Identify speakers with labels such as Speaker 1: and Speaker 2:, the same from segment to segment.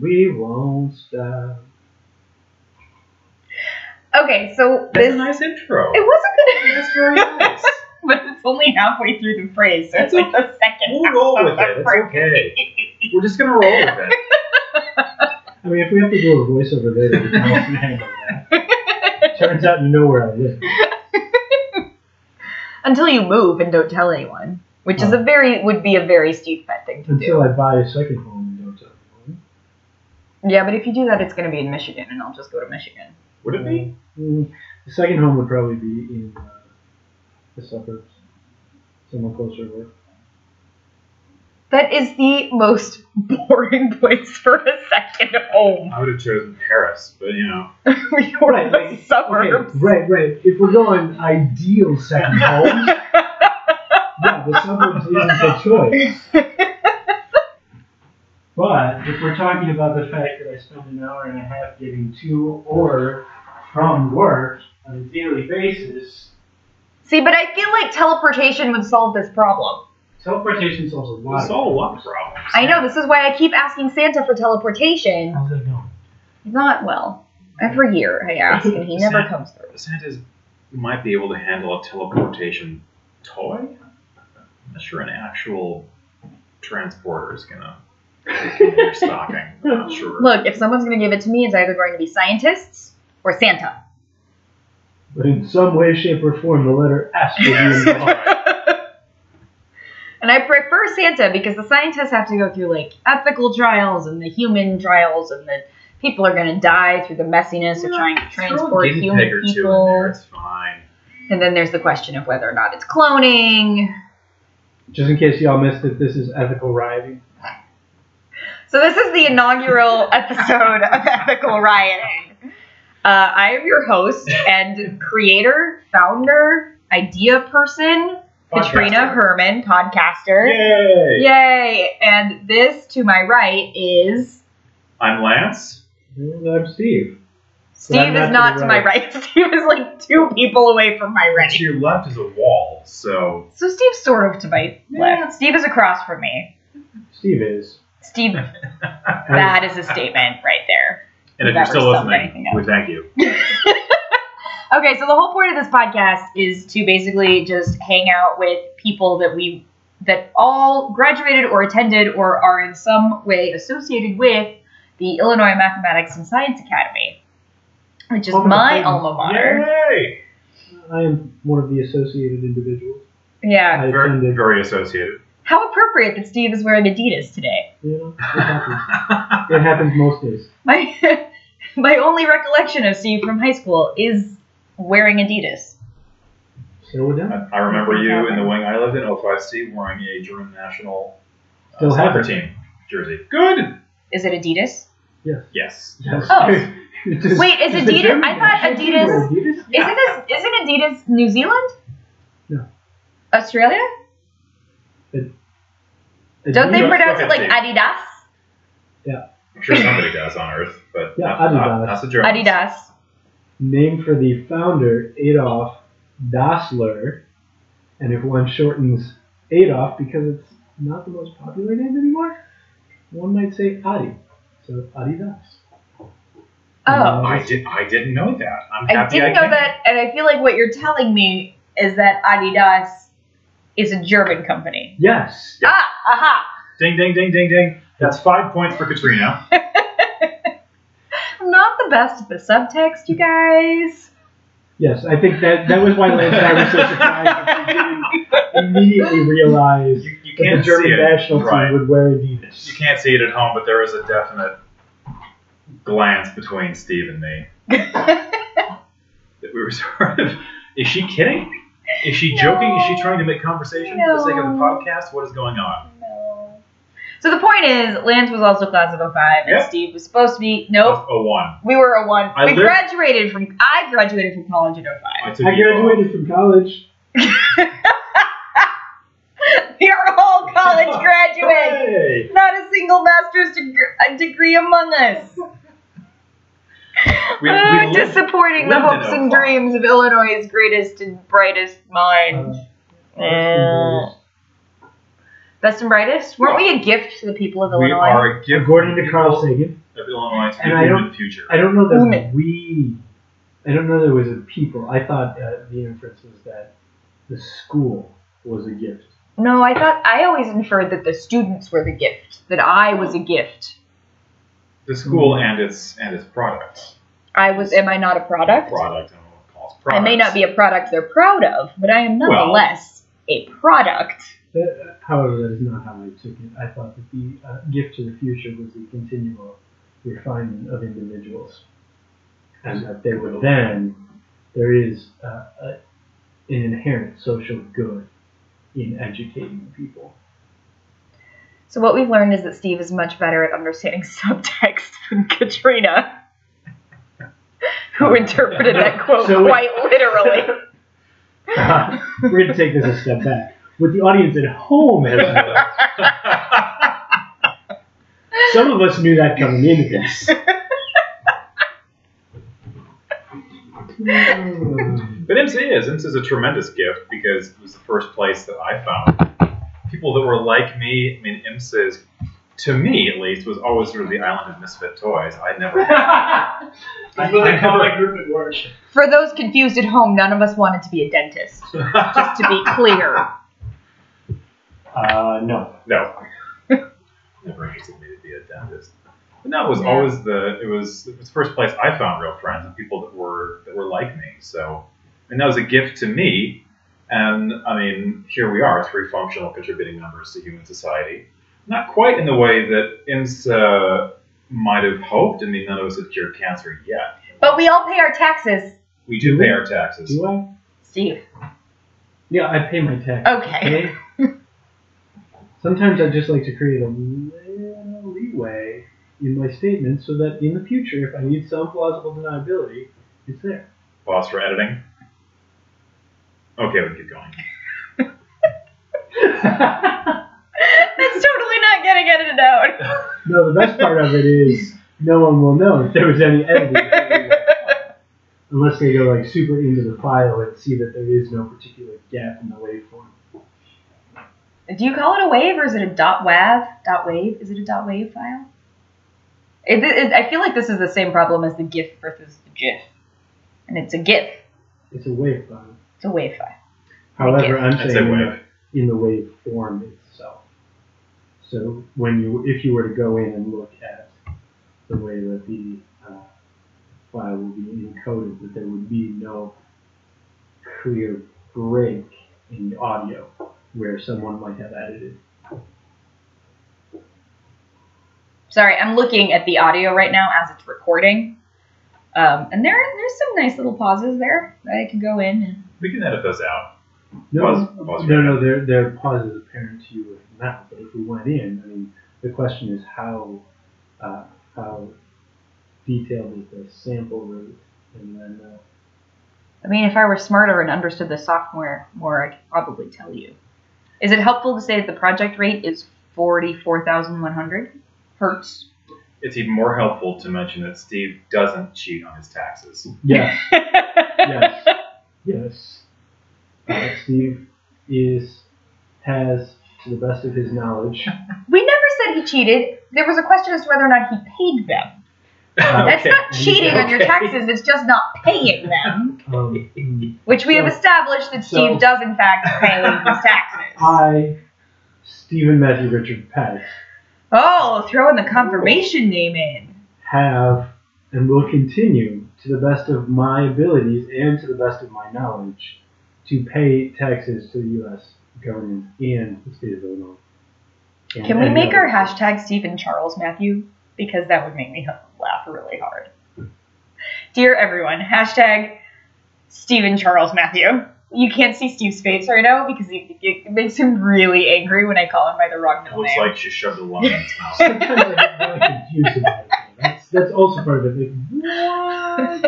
Speaker 1: We won't stop.
Speaker 2: Okay, so
Speaker 3: That's a
Speaker 2: this
Speaker 3: nice intro.
Speaker 2: it was a good
Speaker 3: That's very nice.
Speaker 2: but it's only halfway through the phrase, so it's
Speaker 3: That's
Speaker 2: like the second
Speaker 3: We'll
Speaker 2: half
Speaker 3: roll
Speaker 2: of
Speaker 3: with
Speaker 2: the
Speaker 3: it. It's
Speaker 2: phrase.
Speaker 3: okay. We're just gonna roll with it.
Speaker 1: I mean, if we have to do a voiceover later, we can handle that. Turns out you know where I live.
Speaker 2: Until you move and don't tell anyone. Which
Speaker 1: Oh.
Speaker 2: is a very would be a very Steve Pett thing to
Speaker 1: Until I
Speaker 2: do.
Speaker 1: buy a second home, and don't tell anyone.
Speaker 2: Yeah, but if you do that it's gonna be in Michigan and I'll just go to Michigan.
Speaker 3: Would it be?
Speaker 1: Uh, mm, the second home would probably be in uh, the suburbs, somewhere closer to work.
Speaker 2: That is the most boring place for a second home.
Speaker 3: I would have chosen Paris, but you know.
Speaker 2: You're in
Speaker 1: Right,
Speaker 2: the suburbs.
Speaker 1: Okay, right, right. If we're going ideal second home, yeah, the suburbs isn't a choice. But if we're talking about the fact that I spend an hour and a half getting to or from work on a daily basis,
Speaker 2: See, but I feel like teleportation would solve this problem.
Speaker 1: teleportation solves a lot.
Speaker 3: It's
Speaker 1: of
Speaker 3: all luck problems.
Speaker 2: I know, this is why I keep asking Santa for teleportation.
Speaker 1: How's that going?
Speaker 2: Not well. Every year I ask and he never comes through.
Speaker 3: Santa's might be able to handle a teleportation toy. I'm not sure an actual transporter is gonna in your stocking. I'm not sure.
Speaker 2: Look, if someone's going to give it to me, it's either going to be scientists or Santa.
Speaker 1: But in some way, shape, or form, the letter S would be involved.
Speaker 3: Alright.
Speaker 2: And I prefer Santa because the scientists have to go through like ethical trials and the human trials, and the people are going to die through the messiness of trying to
Speaker 3: Throw a
Speaker 2: transport
Speaker 3: guinea pig
Speaker 2: human
Speaker 3: or two in there.
Speaker 2: people.
Speaker 3: It's fine.
Speaker 2: And then there's the question of whether or not it's cloning.
Speaker 1: Just in case y'all missed it, this is ethical rioting.
Speaker 2: So this is the inaugural episode of Ethical Rioting. Uh, I am your host and creator, founder, idea person, Katrina
Speaker 3: Podcaster.
Speaker 2: Herman, podcaster.
Speaker 3: Yay!
Speaker 2: Yay! And this to my right is
Speaker 3: I'm Lance.
Speaker 1: And I'm Steve.
Speaker 2: Steve
Speaker 1: I'm
Speaker 2: is not to my right. Steve is like two people away from my right.
Speaker 3: To your left is a wall, so
Speaker 2: So Steve's sort of to my
Speaker 3: Yeah.
Speaker 2: left. Steve is across from me.
Speaker 1: Steve is.
Speaker 2: Steve, that is a statement right there.
Speaker 3: and if
Speaker 2: That
Speaker 3: you're still
Speaker 2: would sum
Speaker 3: listening,
Speaker 2: anything up.
Speaker 3: we thank you.
Speaker 2: Okay, so the whole point of this podcast is to basically just hang out with people that we that all graduated or attended or are in some way associated with the Illinois Mathematics and Science Academy, which is
Speaker 1: Alma
Speaker 2: my
Speaker 1: mater.
Speaker 2: alma mater.
Speaker 3: Yay!
Speaker 1: I am one of the associated individuals.
Speaker 2: yeah.
Speaker 1: I
Speaker 3: Very,
Speaker 1: attended.
Speaker 3: very associated.
Speaker 2: How appropriate that Steve is wearing Adidas today.
Speaker 1: You know, it happens. it happens most days.
Speaker 2: My my only recollection of Steve from high school is wearing Adidas.
Speaker 1: Still with them.
Speaker 3: I I remember you in the wing I lived in, 05C, wearing a German national uh,
Speaker 1: Still
Speaker 3: soccer
Speaker 1: have it.
Speaker 3: team jersey. Good.
Speaker 2: Is it Adidas?
Speaker 1: Yes.
Speaker 3: Yes.
Speaker 1: Yes.
Speaker 2: Oh.
Speaker 1: It is-
Speaker 2: Wait, is
Speaker 1: it's a
Speaker 2: Adidas-
Speaker 1: German
Speaker 2: I thought
Speaker 1: national team,
Speaker 2: Adidas-
Speaker 1: Adidas?
Speaker 3: Yeah.
Speaker 2: Isn't this isn't Adidas New Zealand?
Speaker 1: No.
Speaker 2: Australia? Don't they
Speaker 1: Adidas-
Speaker 2: pronounce it like
Speaker 3: Australia.
Speaker 2: Adidas?
Speaker 3: I'm sure somebody does on Earth, but
Speaker 1: Yeah,
Speaker 3: not, not,
Speaker 1: Adidas.
Speaker 3: not the Germans.
Speaker 2: Adidas.
Speaker 1: Named for the founder, Adolf Dassler. And if one shortens Adolf because it's not the most popular name anymore, one might say Adi. So Adidas.
Speaker 2: Oh.
Speaker 3: I, did, I didn't know that. I'm
Speaker 2: I
Speaker 3: Mm-hmm. happy
Speaker 2: didn't know
Speaker 3: can.
Speaker 2: that, and I feel like what you're telling me is that Adidas is a German company.
Speaker 1: Yes.
Speaker 3: Yeah.
Speaker 2: Ah, aha!
Speaker 3: Ding, ding, ding, ding, ding. That's five points for Katrina.
Speaker 2: I'm not the best at the subtext, you guys.
Speaker 1: Yes, I think that that was why Lance and I was so surprised that we didn't immediately realize
Speaker 3: You, you
Speaker 1: that the
Speaker 3: can't
Speaker 1: German
Speaker 3: see it.
Speaker 1: national team
Speaker 3: right.
Speaker 1: would wear Adidas.
Speaker 3: You can't see it at home, but there is a definite glance between Steve and me. that we were sort of, is she kidding? Is she joking? Is she trying to make conversation for the sake of the
Speaker 2: No.
Speaker 3: podcast? What is going on?
Speaker 2: No. So the point is, Lance was also class of 05, and
Speaker 3: Yep.
Speaker 2: Steve was supposed to be. Nope,
Speaker 3: A one.
Speaker 2: we were a one.
Speaker 3: I
Speaker 2: we
Speaker 3: lit-
Speaker 2: graduated from. I graduated from college oh in 05.
Speaker 3: I took
Speaker 1: I
Speaker 3: you all.
Speaker 1: graduated from college.
Speaker 2: We are all college graduates.
Speaker 3: Hey!
Speaker 2: Not a single master's deg- a degree among us.
Speaker 3: We,
Speaker 2: Ah,
Speaker 3: we lived-
Speaker 2: disappointing the
Speaker 3: lived in
Speaker 2: hopes and
Speaker 3: 05.
Speaker 2: dreams of Illinois' greatest and brightest
Speaker 1: Uh,
Speaker 2: minds.
Speaker 1: I was from Vegas.
Speaker 2: Best and brightest. Weren't we a gift to the people of
Speaker 3: we
Speaker 2: Illinois?
Speaker 3: are a gift
Speaker 1: According to Carl
Speaker 3: people
Speaker 1: Sagan,
Speaker 3: of Illinois to
Speaker 1: And
Speaker 3: people
Speaker 1: I don't-
Speaker 3: in the future.
Speaker 1: I don't know that
Speaker 2: Woman.
Speaker 1: we. I don't know there was a people. I thought uh, the inference was that the school was a gift.
Speaker 2: No, I thought I always inferred that the students were the gift, that I was a gift.
Speaker 3: the school and its and its products.
Speaker 2: I was. Am I not a product?
Speaker 3: Product. I don't know what it calls
Speaker 2: I may not be a product they're proud of, but I am
Speaker 3: Well-
Speaker 2: nonetheless a product.
Speaker 1: That, uh, however, that is not how I took it. I thought that the uh, gift to the future was the continual refinement of individuals, and that they would then there is uh, a, an inherent social good in educating people.
Speaker 2: So what we've learned is that Steve is much better at understanding subtext than Katrina, who interpreted that quote
Speaker 1: So we-
Speaker 2: quite literally.
Speaker 1: We're going to take this a step back. With the audience at home, as well. some of us knew that coming into this.
Speaker 3: But IMSA is. IMSA is a tremendous gift because it was the first place that I found people that were like me. I mean, IMSA is, to me at least, was always sort of the island of misfit toys. I never.
Speaker 4: That's what they call my group at work.
Speaker 2: For those confused at home, none of us wanted to be a dentist. Just to be clear,
Speaker 1: Uh, no.
Speaker 3: No. Never interested me to be a dentist. But no, it was
Speaker 2: Yeah.
Speaker 3: always the it was it was the first place I found real friends and people that were that were like me. So and that was a gift to me. And I mean, here we are, three functional contributing members to human society. Not quite in the way that IMSA might have hoped. I mean, none of us have cured cancer yet.
Speaker 2: but we all pay our taxes.
Speaker 3: we do pay our taxes.
Speaker 1: Do I?
Speaker 2: Steve.
Speaker 1: Yeah, I pay my taxes.
Speaker 2: Okay.
Speaker 1: okay? Sometimes I just like to create a little leeway in my statement so that in the future, if I need some plausible deniability, it's there.
Speaker 3: Pause for editing. Okay, we can keep going.
Speaker 2: That's totally not getting edited out.
Speaker 1: No, the best part of it is no one will know if there was any editing. Unless they go like super into the file and see that there is no particular gap in the waveform.
Speaker 2: Do you call it a wave or is it a dot wav? Dot wave? Is it a dot wave file? It, it, I feel like this is the same problem as the GIF versus the GIF. And it's a GIF.
Speaker 1: It's a wave file.
Speaker 2: It's a wave file.
Speaker 1: However, I'm
Speaker 3: I'd
Speaker 1: saying
Speaker 3: say wave.
Speaker 1: in the wave form itself. So when you, if you were to go in and look at the way that the uh, file will be encoded, that there would be no clear break in the audio where someone might have edited.
Speaker 2: Sorry, I'm looking at the audio right now as it's recording. Um, and there, there's some nice little pauses there that I can go in and
Speaker 3: We can edit those out.
Speaker 1: No,
Speaker 3: Pause- pause for
Speaker 1: no, no. There, there are pauses apparent to you now. But if we went in, I mean, the question is how, uh, how detailed is the sample route, and then. Uh,
Speaker 2: I mean, if I were smarter and understood the software more, I could probably tell you. Is it helpful to say that the project rate is 44,100 hertz?
Speaker 3: It's even more helpful to mention that Steve doesn't cheat on his taxes.
Speaker 1: Yes. yes. Yes. Uh, Steve is has, to the best of his knowledge,
Speaker 2: We never said he cheated. There was a question as to whether or not he paid them. That's
Speaker 3: Ah, Okay.
Speaker 2: not cheating on your
Speaker 3: Okay.
Speaker 2: taxes, it's just not paying them,
Speaker 1: um,
Speaker 2: which we have
Speaker 1: So-
Speaker 2: established that
Speaker 1: so-
Speaker 2: Steve does, in fact, pay his
Speaker 3: Ah.
Speaker 2: taxes.
Speaker 1: I, Stephen Matthew Richard Pettis,
Speaker 2: Oh, throw in the confirmation name in.
Speaker 1: have and will continue, to the best of my abilities and to the best of my knowledge, to pay taxes to the U.S. government and the state of Illinois. And
Speaker 2: Can we
Speaker 1: any
Speaker 2: make our
Speaker 1: other-
Speaker 2: hashtag Stephen Charles Matthew? Because that would make me laugh really hard. Dear everyone, hashtag Stephen Charles Matthew. You can't see Steve's face right now because he, it makes him really angry when I call him by the wrong
Speaker 3: It
Speaker 2: middle
Speaker 3: looks
Speaker 2: name.
Speaker 3: like she shoved a lime in his mouth.
Speaker 1: Sometimes I get really confused about it. That's, that's also part of it. Like,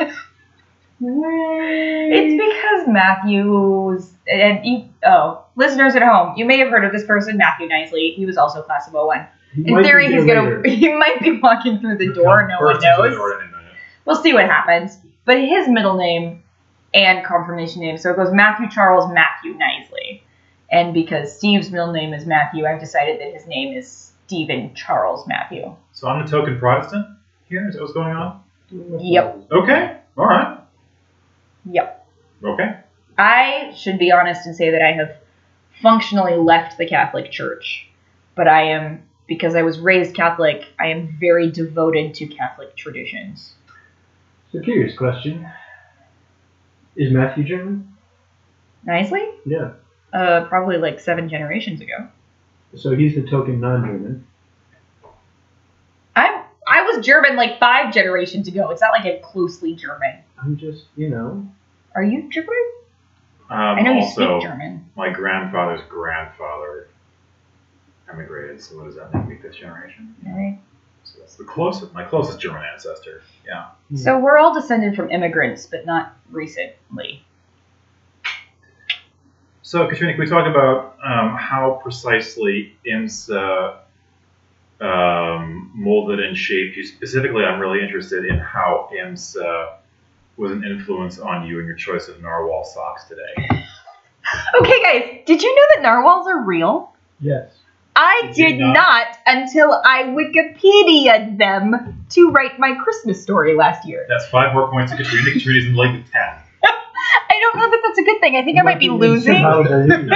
Speaker 1: what?
Speaker 2: it's because Matthews and you, oh listeners at home, you may have heard of this person, Matthew Nicely. He was also class of 01.
Speaker 1: He might
Speaker 2: In
Speaker 1: be
Speaker 2: theory,
Speaker 1: here
Speaker 2: he's gonna
Speaker 1: later.
Speaker 2: he might be walking through the door. No one
Speaker 3: Burst into the
Speaker 2: knows.
Speaker 3: door any minute.
Speaker 2: we'll see what happens. But his middle name and confirmation name, so it goes Matthew Charles Matthew Nisley. And because Steve's real name is Matthew, I've decided that his name is Stephen Charles Matthew.
Speaker 3: So I'm a token Protestant here? Is that what's going on?
Speaker 2: Yep.
Speaker 3: Okay. All right.
Speaker 2: Yep.
Speaker 3: Okay.
Speaker 2: I should be honest and say that I have functionally left the Catholic Church, but I am, because I was raised Catholic, I am very devoted to Catholic traditions.
Speaker 1: It's a curious question. Is Matthew German?
Speaker 2: Nicely?
Speaker 1: Yeah.
Speaker 2: Uh, probably like seven generations ago.
Speaker 1: So he's the token non-German.
Speaker 2: I'm I was German like five generations ago. It's not like I'm closely German.
Speaker 1: I'm just, you know,
Speaker 2: Are you German?
Speaker 3: Um,
Speaker 2: I know you
Speaker 3: also,
Speaker 2: speak German.
Speaker 3: my grandfather's grandfather emigrated, so what does that make me fifth generation?
Speaker 2: Right.
Speaker 3: So that's the closest, my closest German ancestor. Yeah.
Speaker 2: So we're all descended from immigrants, but not recently.
Speaker 3: So, Katrina, can we talk about um, how precisely IMSA um, molded and shaped you? Specifically, I'm really interested in how IMSA was an influence on you and your choice of narwhal socks today.
Speaker 2: Okay, guys, did you know that narwhals are real?
Speaker 1: yes.
Speaker 2: I
Speaker 3: Did you
Speaker 2: did
Speaker 3: not?
Speaker 2: not until I Wikipedia them to write my Christmas story last year.
Speaker 3: That's five more points to Katrina. Katrina's in like the 10.
Speaker 2: I don't know that that's a good thing. I think I might be
Speaker 1: Matthew is
Speaker 2: losing.
Speaker 1: somehow diseased.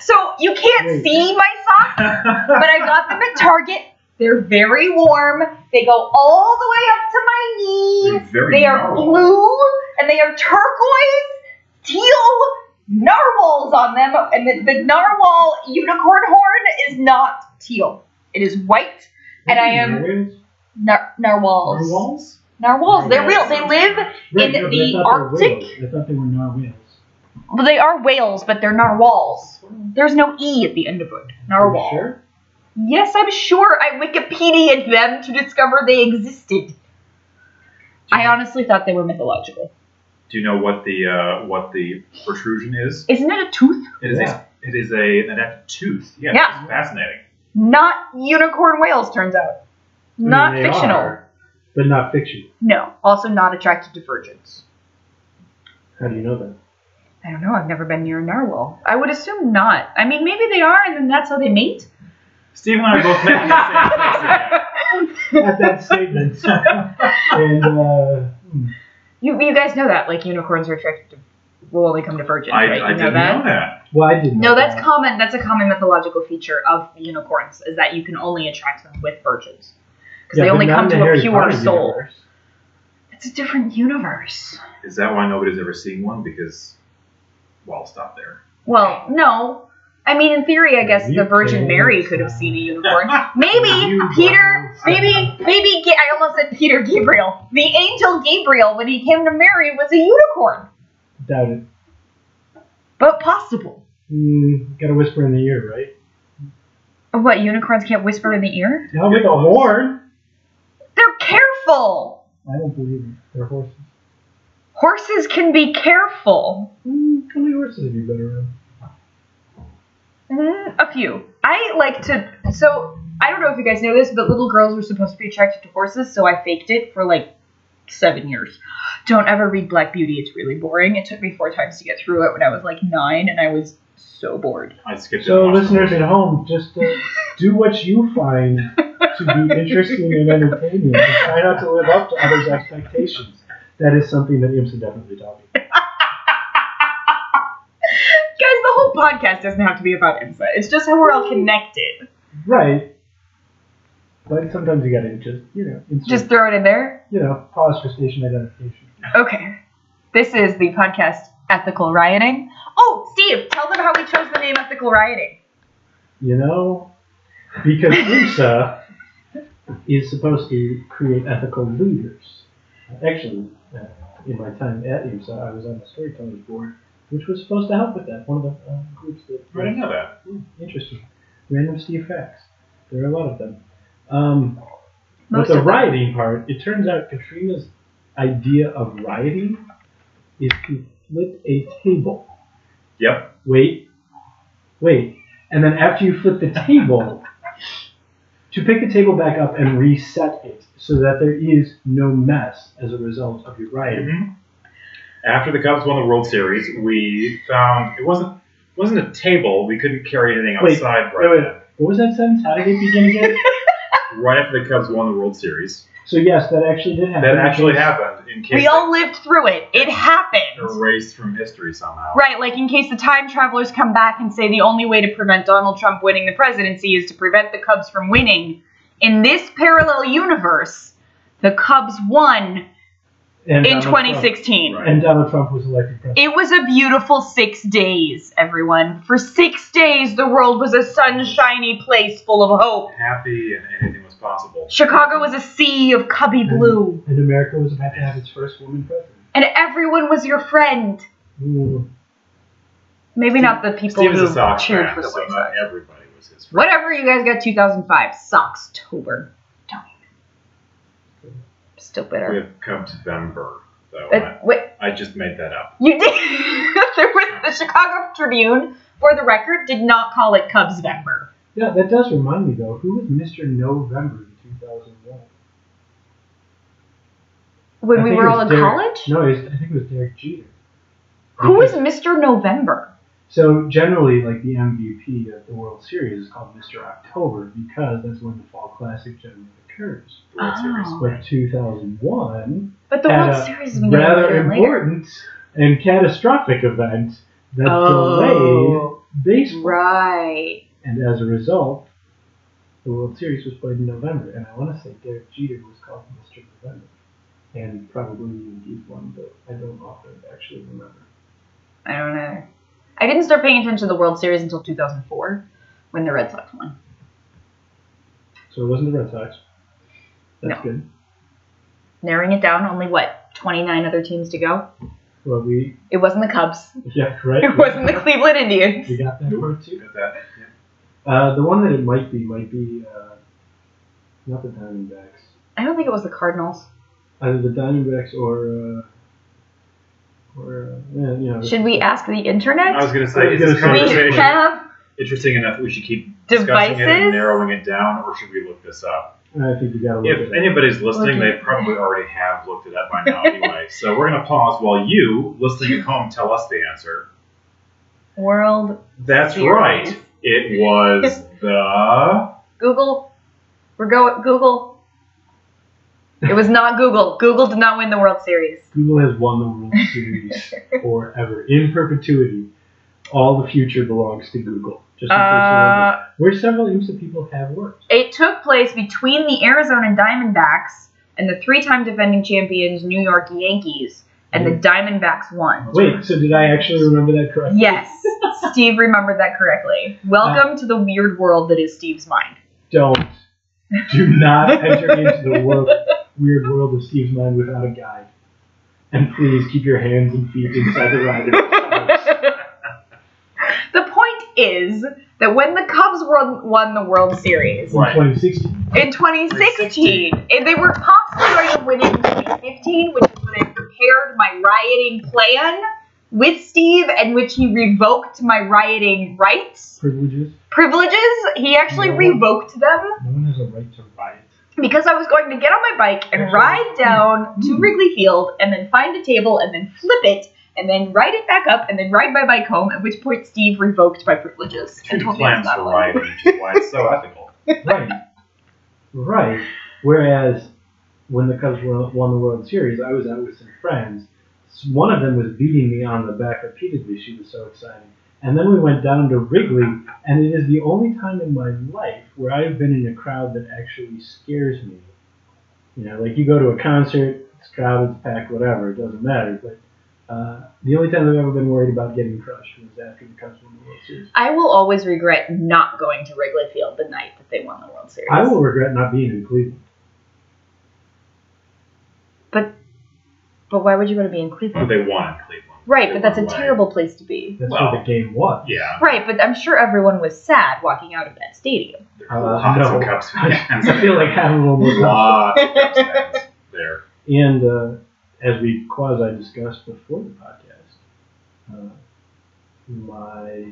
Speaker 2: So you can't
Speaker 1: Wait.
Speaker 2: see my socks, but I got them at Target. They're very warm. They go all the way up to my
Speaker 3: They're
Speaker 2: knees.
Speaker 3: very
Speaker 2: They are
Speaker 3: narrow.
Speaker 2: blue and they are turquoise, teal narwhals on them. And the, the narwhal unicorn horn is not teal, it is white. And I am
Speaker 1: Right,
Speaker 2: nar- narwhals.
Speaker 3: Narwhals?
Speaker 2: Narwhals. They're real. They live.
Speaker 1: no,
Speaker 2: In
Speaker 1: but I
Speaker 2: the
Speaker 1: thought they were
Speaker 2: Arctic?
Speaker 1: whales. I thought they were narwhals.
Speaker 2: Well, they are whales, but they're narwhals. There's no e at the end of it. Narwhal.
Speaker 1: You Sure.
Speaker 2: Yes, I'm sure I Wikipedia'd them to discover they existed. I honestly thought they were mythological.
Speaker 3: Do you know what the uh, what the protrusion is?
Speaker 2: Isn't it a tooth?
Speaker 3: It is
Speaker 1: Yeah.
Speaker 3: a, it is a an apt tooth. Yeah,
Speaker 2: Yeah.
Speaker 3: It's fascinating.
Speaker 2: Not unicorn whales, turns out. Not
Speaker 1: I mean, they
Speaker 2: fictional.
Speaker 1: are, but not fictional.
Speaker 2: No. Also not attracted to virgins.
Speaker 1: How do you know that?
Speaker 2: I don't know. I've never been near a narwhal. I would assume not. I mean, maybe they are, and then that's how they mate.
Speaker 3: Steve and I are both making the same face. yeah.
Speaker 1: At that statement. and uh, hmm,
Speaker 2: You, you guys know that, like unicorns are attracted to, will only come to virgins,
Speaker 3: I,
Speaker 2: right?
Speaker 3: I
Speaker 2: You
Speaker 3: didn't know that.
Speaker 1: well, I didn't.
Speaker 2: No,
Speaker 1: know
Speaker 2: that's
Speaker 1: that.
Speaker 2: common. That's a common mythological feature of unicorns is that you can only attract them with virgins because
Speaker 1: Yeah,
Speaker 2: they
Speaker 1: but
Speaker 2: only
Speaker 1: not
Speaker 2: come
Speaker 1: in the
Speaker 2: to a
Speaker 1: Harry
Speaker 2: pure
Speaker 1: Potter
Speaker 2: soul.
Speaker 1: universe.
Speaker 2: It's a different universe.
Speaker 3: Is that why nobody's ever seen one? Because, well, I'll stop there.
Speaker 2: Well, no. I mean, in theory, I guess the
Speaker 1: You
Speaker 2: Virgin
Speaker 1: can't
Speaker 2: Mary
Speaker 1: stop.
Speaker 2: could have seen a unicorn. Maybe
Speaker 1: You
Speaker 2: Peter,
Speaker 1: can't
Speaker 2: maybe,
Speaker 1: stop.
Speaker 2: maybe, Ga- I almost said Peter Gabriel. The angel Gabriel, when he came to Mary, was a unicorn,
Speaker 1: Doubt it.
Speaker 2: but possible.
Speaker 1: Mm, gotta whisper in the ear, right?
Speaker 2: What, unicorns can't whisper in the ear?
Speaker 1: Not with a horn.
Speaker 2: They're careful!
Speaker 1: I don't believe it. They're horses.
Speaker 2: Horses can be careful.
Speaker 1: Mm, how many horses have you been around?
Speaker 2: Mm, a few. I like to. So I don't know if you guys know this, but little girls were supposed to be attracted to horses, so I faked it for like seven years. Don't ever read Black Beauty; it's really boring. It took me four times to get through it when I was like nine, and I was so bored.
Speaker 3: I skipped it.
Speaker 1: So,
Speaker 3: and watched the
Speaker 1: listeners
Speaker 3: movie.
Speaker 1: at home, just uh, do what you find to be interesting and entertaining, and try not to live up to others' expectations. That is something that IMSA definitely taught me.
Speaker 2: Guys, the whole podcast doesn't have to be about IMSA. It's just how we're all connected.
Speaker 1: Right. But sometimes you gotta just, you know, insert,
Speaker 2: Just throw it in there.
Speaker 1: you know, pause for station identification.
Speaker 2: Okay. This is the podcast Ethical Rioting. Oh, Steve, tell them how we chose the name Ethical Rioting.
Speaker 1: You know, because IMSA is supposed to create ethical leaders. Actually, uh, in my time at IMSA, I was on the storytelling board, which was supposed to help with that. One of the uh, groups that
Speaker 3: I didn't know that.
Speaker 1: Hmm, Interesting. Random Steve facts. There are a lot of them. Um, but
Speaker 2: Most
Speaker 1: the
Speaker 2: of them.
Speaker 1: rioting part, it turns out Katrina's idea of rioting is to flip a table.
Speaker 3: Yep.
Speaker 1: Wait, wait, and then after you flip the table, to pick the table back up and reset it so that there is no mess as a result of your rioting.
Speaker 3: Mhm. After the Cubs won the World Series, we found it wasn't wasn't a table. We couldn't carry anything
Speaker 1: Wait,
Speaker 3: outside
Speaker 1: Wait,
Speaker 3: right
Speaker 1: wait, what was that sentence? How did it begin again?
Speaker 3: then. Right after the Cubs won the World Series,
Speaker 1: so yes, that actually did happen.
Speaker 3: that actually
Speaker 1: because-
Speaker 3: happened. In case
Speaker 2: We all lived through it. It happened.
Speaker 3: erased from history somehow.
Speaker 2: Right, like in case the time travelers come back and say the only way to prevent Donald Trump winning the presidency is to prevent the Cubs from winning. In this parallel universe, the Cubs won
Speaker 1: And
Speaker 2: in
Speaker 1: Donald Trump-
Speaker 2: 2016.
Speaker 3: Right.
Speaker 1: And Donald Trump was elected president.
Speaker 2: It was a beautiful six days, everyone. For six days, the world was a sunshiny place full of hope.
Speaker 3: Happy and anything was possible.
Speaker 2: Chicago was a sea of cubby
Speaker 3: Mm-hmm.
Speaker 2: blue,
Speaker 1: And America was about to have its first woman president.
Speaker 2: and everyone was your friend.
Speaker 3: Mm.
Speaker 1: Ooh.
Speaker 2: Maybe not the people
Speaker 3: Steven's a
Speaker 2: who
Speaker 3: Sox
Speaker 2: cheered
Speaker 3: fan,
Speaker 2: for the
Speaker 3: so
Speaker 2: White
Speaker 3: not
Speaker 2: Sox.
Speaker 3: everybody was his friend.
Speaker 2: Whatever you guys got 2005, Soxtober. Don't even. Still
Speaker 3: We
Speaker 2: bitter.
Speaker 3: have Cubs Vember, though.
Speaker 2: But wait,
Speaker 3: I, I just made that up.
Speaker 2: you did. there was the Chicago Tribune, for the record, did not call it Cubs November.
Speaker 1: Yeah, that does remind me though. Who was Mr. November in 2001?
Speaker 2: When
Speaker 1: I
Speaker 2: we
Speaker 1: think
Speaker 2: were
Speaker 1: it
Speaker 2: all
Speaker 1: was
Speaker 2: in
Speaker 1: Derek-
Speaker 2: college?
Speaker 1: No, it was, I think it was Derek Jeter.
Speaker 2: Who was Mr. November?
Speaker 1: So generally, like the MVP of the World Series is called Mr. October because that's when the Fall Classic generally occurs.
Speaker 3: The World Series.
Speaker 2: Oh.
Speaker 1: But 2001
Speaker 2: But the
Speaker 1: had
Speaker 2: World
Speaker 1: a
Speaker 2: Series is
Speaker 1: uh, rather
Speaker 2: later.
Speaker 1: important and catastrophic event that delayed
Speaker 2: Oh,
Speaker 1: baseball,
Speaker 2: right.
Speaker 1: and as a result, the World Series was played in November. And I want to say Derek Jeter was called Mr. November, and probably indeed one, but I don't often actually remember.
Speaker 2: I don't know. I didn't start paying attention to the World Series until 2004 when the Red Sox won.
Speaker 1: So it wasn't the Red Sox. That's
Speaker 2: No.
Speaker 1: good.
Speaker 2: Narrowing it down, only what, 29 other teams to go?
Speaker 1: Well, we
Speaker 2: It wasn't the Cubs.
Speaker 1: yeah, right.
Speaker 2: It wasn't the Cleveland Indians.
Speaker 1: We got that part too.
Speaker 3: Got that. Yeah.
Speaker 1: Uh, the one that it might be might be uh, not the Diamondbacks,
Speaker 2: I don't think it was the Cardinals.
Speaker 1: either the Diamondbacks or uh, or uh, yeah, you know.
Speaker 2: Should we ask the internet?
Speaker 3: I was going to
Speaker 1: I
Speaker 3: say,
Speaker 1: was
Speaker 3: is this
Speaker 1: gonna say-
Speaker 2: we
Speaker 3: conversation
Speaker 2: have
Speaker 3: interesting enough that we should keep discussing it
Speaker 2: Devices?
Speaker 3: and narrowing it down, or should we look this up?
Speaker 1: I think you got to look
Speaker 3: If
Speaker 1: at it.
Speaker 3: anybody's listening,
Speaker 2: Okay.
Speaker 3: they probably already have looked it up by now anyway. So we're going to pause while you, listening at home, tell us the answer.
Speaker 2: World
Speaker 3: That's
Speaker 2: Series.
Speaker 3: right. It was the.
Speaker 2: Google. We're going Google. It was not Google. Google did not win the World Series.
Speaker 1: Google has won the World Series forever in perpetuity. All the future belongs to Google. Just in case you
Speaker 2: Uh,
Speaker 1: wonder. where several imps of people have worked.
Speaker 2: It took place between the Arizona Diamondbacks and the three-time defending champions New York Yankees, and the Diamondbacks won.
Speaker 1: Wait, so did I actually remember that correctly?
Speaker 2: Yes, Steve remembered that correctly. Welcome to the weird world that is Steve's mind.
Speaker 1: Don't. Do not enter into the world, weird world of Steve's mind without a guide. And please keep your hands and feet inside the rider.
Speaker 2: The point is that when the Cubs won, won the World Series
Speaker 1: In
Speaker 3: Right.
Speaker 1: 2016.
Speaker 2: in 2016, and they were possibly going to win in 2015, which is when I prepared my rioting plan with Steve, and which he revoked my rioting rights,
Speaker 1: Privileges.
Speaker 2: privileges. He actually
Speaker 1: No.
Speaker 2: revoked them
Speaker 1: No one has a right to riot.
Speaker 2: because I was going to get on my bike and
Speaker 1: Actually,
Speaker 2: ride down to
Speaker 1: hmm.
Speaker 2: Wrigley Field and then find a table and then flip it and then ride it back up and then ride my bike home. At which point, Steve revoked my privileges
Speaker 3: Two
Speaker 2: and told me I was
Speaker 3: plans
Speaker 2: not
Speaker 3: for
Speaker 2: allowed.
Speaker 3: writing, which is why it's so ethical.
Speaker 1: Right. right. Whereas when the Cubs won won the World Series, I was out with some friends. One of them was beating me on the back repeatedly. She was so excited. And then we went down to Wrigley, and it is the only time in my life where I've been in a crowd that actually scares me. You know, like you go to a concert, it's crowded, it's packed, whatever, it doesn't matter. But uh, the only time I've ever been worried about getting crushed was after the Cubs won the World Series.
Speaker 2: I will always regret not going to Wrigley Field the night that they won the World Series.
Speaker 1: I will regret not being in Cleveland.
Speaker 2: But but why would you want to be in
Speaker 3: Well,
Speaker 2: Cleveland?
Speaker 3: they won in Cleveland.
Speaker 2: Right,
Speaker 3: They
Speaker 2: but that's a
Speaker 3: won away.
Speaker 2: terrible place to be.
Speaker 1: That's
Speaker 3: Well,
Speaker 1: where the game was.
Speaker 3: Yeah.
Speaker 2: Right, but I'm sure everyone was sad walking out of that stadium.
Speaker 1: Uh,
Speaker 3: Lots of
Speaker 1: no.
Speaker 3: Cubs fans.
Speaker 1: I feel like half of them were lost.
Speaker 3: Lots of Cubs fans there.
Speaker 1: And uh, as we quasi discussed before the podcast, uh, my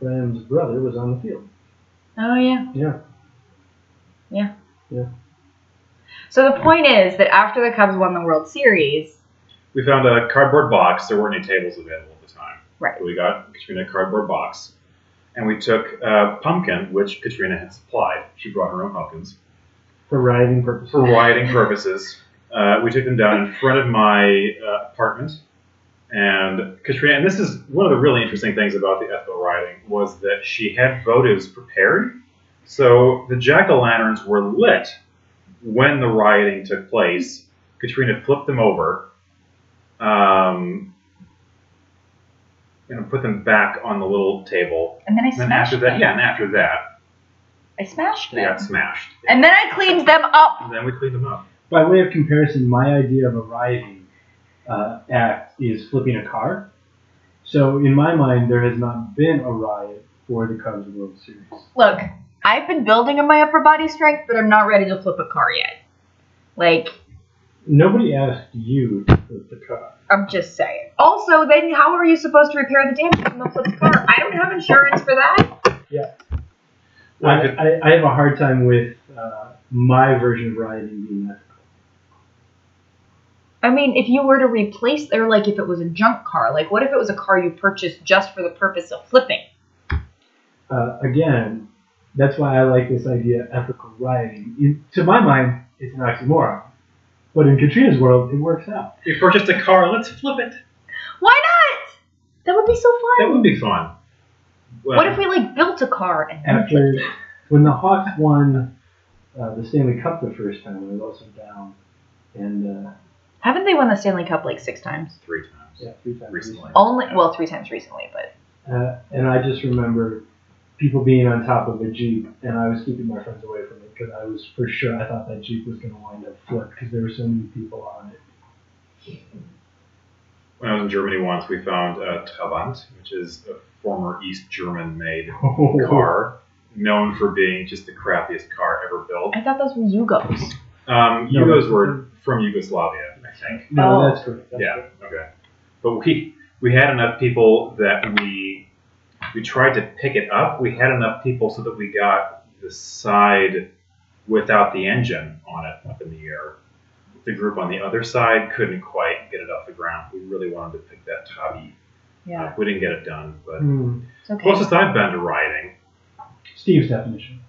Speaker 1: friend's brother was on the field.
Speaker 2: Oh yeah.
Speaker 1: Yeah.
Speaker 2: So the point is that after the Cubs won the World Series,
Speaker 3: we found a cardboard box. There weren't any tables available at the time.
Speaker 2: Right.
Speaker 3: So we got Katrina a cardboard box, and we took uh, pumpkin, which Katrina had supplied. She brought her own pumpkins
Speaker 1: For rioting purposes.
Speaker 3: for rioting purposes. Uh, we took them down in front of my uh, apartment, and Katrina. And this is one of the really interesting things about the ethno rioting was that she had votives prepared, so the jack o' lanterns were lit when the rioting took place. Katrina flipped them over, um, and put them back on the little table.
Speaker 2: And then I
Speaker 3: And then
Speaker 2: smashed
Speaker 3: after that,
Speaker 2: them.
Speaker 3: yeah, and after that,
Speaker 2: I smashed
Speaker 3: they
Speaker 2: them.
Speaker 3: got smashed.
Speaker 2: And then I cleaned them up.
Speaker 3: And then we cleaned them up.
Speaker 1: By way of comparison, my idea of a rioting uh, act is flipping a car. So in my mind, there has not been a riot for the Cubs World Series.
Speaker 2: Look, I've been building on my upper body strength, but I'm not ready to flip a car yet. Like,
Speaker 1: Nobody asked you to flip the car.
Speaker 2: I'm just saying. Also, then how are you supposed to repair the damage from the flipped car? I don't have insurance for that.
Speaker 1: I,
Speaker 3: Well, I could-
Speaker 1: I, I have a hard time with uh, my version of rioting being that.
Speaker 2: I mean, if you were to replace, or like if it was a junk car, like what if it was a car you purchased just for the purpose of flipping?
Speaker 1: Uh, again, that's why I like this idea of ethical rioting. In, to my mind, it's an oxymoron. But in Katrina's world, it works out.
Speaker 3: We purchased a car. Let's flip it.
Speaker 2: Why not? That would be so
Speaker 3: That
Speaker 2: fun.
Speaker 3: would be fun. Well,
Speaker 2: What if we like built a car and then
Speaker 1: after when the Hawks won uh, the Stanley Cup the first time, I was also down and uh,
Speaker 2: haven't they won the Stanley Cup like six times?
Speaker 3: three times
Speaker 1: yeah, three times
Speaker 3: recently?
Speaker 2: Only well, three times recently, but
Speaker 1: Uh, and I just remember people being on top of a jeep, and I was keeping my friends away from it because I was for sure I thought that jeep was going to wind up flipped because there were so many people on it.
Speaker 3: When I was in Germany once, we found a Trabant, which is a former East German-made car known for being just the crappiest car ever built.
Speaker 2: I thought those were Yugos.
Speaker 3: Um,
Speaker 1: No.
Speaker 3: Yugos were from Yugoslavia, I think.
Speaker 1: No,
Speaker 2: Oh.
Speaker 1: that's correct. That's
Speaker 3: yeah.
Speaker 1: correct.
Speaker 3: Okay. But we we had enough people that we we tried to pick it up. We had enough people so that we got the side without the engine on it up in the air. The group on the other side couldn't quite get it off the ground. We really wanted to pick that tabby.
Speaker 2: Yeah,
Speaker 3: We didn't get it done, but
Speaker 1: Hmm.
Speaker 2: it's okay.
Speaker 3: closest I've been to riding.
Speaker 1: Steve's definition.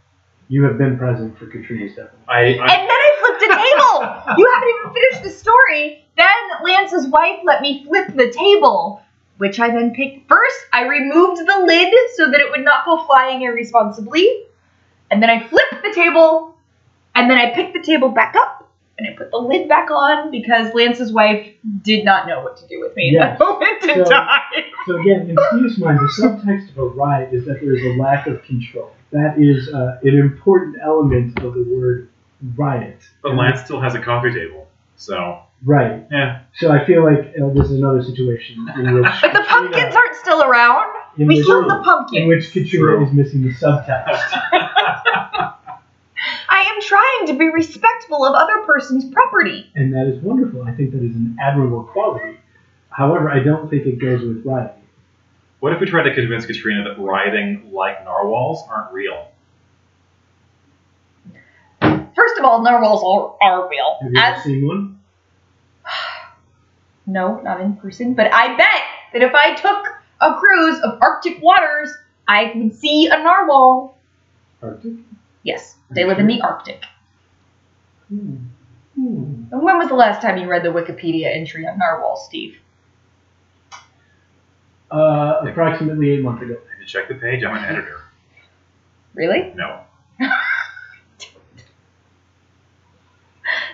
Speaker 1: You have been present for Katrina's definition.
Speaker 3: I, I
Speaker 2: And then I flipped a table. you haven't even finished the story. Then Lance's wife let me flip the table, which I then picked first. I removed the lid so that it would not go flying irresponsibly, and then I flipped the table, and then I picked the table back up. And I put the lid back on because Lance's wife did not know what to do with me at
Speaker 1: Yes.
Speaker 2: that moment in
Speaker 1: So-
Speaker 2: time.
Speaker 1: So again, in Steve's mind, the subtext of a riot is that there is a lack of control. That is uh, an important element of the word riot.
Speaker 3: but Lance still has a coffee table, so
Speaker 1: Right.
Speaker 3: yeah.
Speaker 1: So I feel like uh, this is another situation in which
Speaker 2: But the pumpkins aren't still around.
Speaker 1: in
Speaker 2: We
Speaker 1: which-
Speaker 2: flipped the
Speaker 1: in
Speaker 2: pumpkin.
Speaker 1: which Katrina
Speaker 3: True.
Speaker 1: is missing the subtext.
Speaker 2: I am trying to be respectful of other person's property.
Speaker 1: and that is wonderful. I think that is an admirable quality. However, I don't think it goes with rioting.
Speaker 3: What if we tried to convince Katrina that riding like narwhals aren't real?
Speaker 2: First of all, narwhals are, are real.
Speaker 1: Have you ever
Speaker 2: As
Speaker 1: seen one?
Speaker 2: no, not in person, but I bet that if I took a cruise of Arctic waters, I would see a narwhal.
Speaker 1: Arctic?
Speaker 2: Yes, they live in the Arctic.
Speaker 1: Hmm. Hmm.
Speaker 2: And when was the last time you read the Wikipedia entry on narwhals, Steve?
Speaker 1: Uh, approximately eight months ago.
Speaker 3: Have you checked the page? I'm an editor.
Speaker 2: Really?
Speaker 3: No.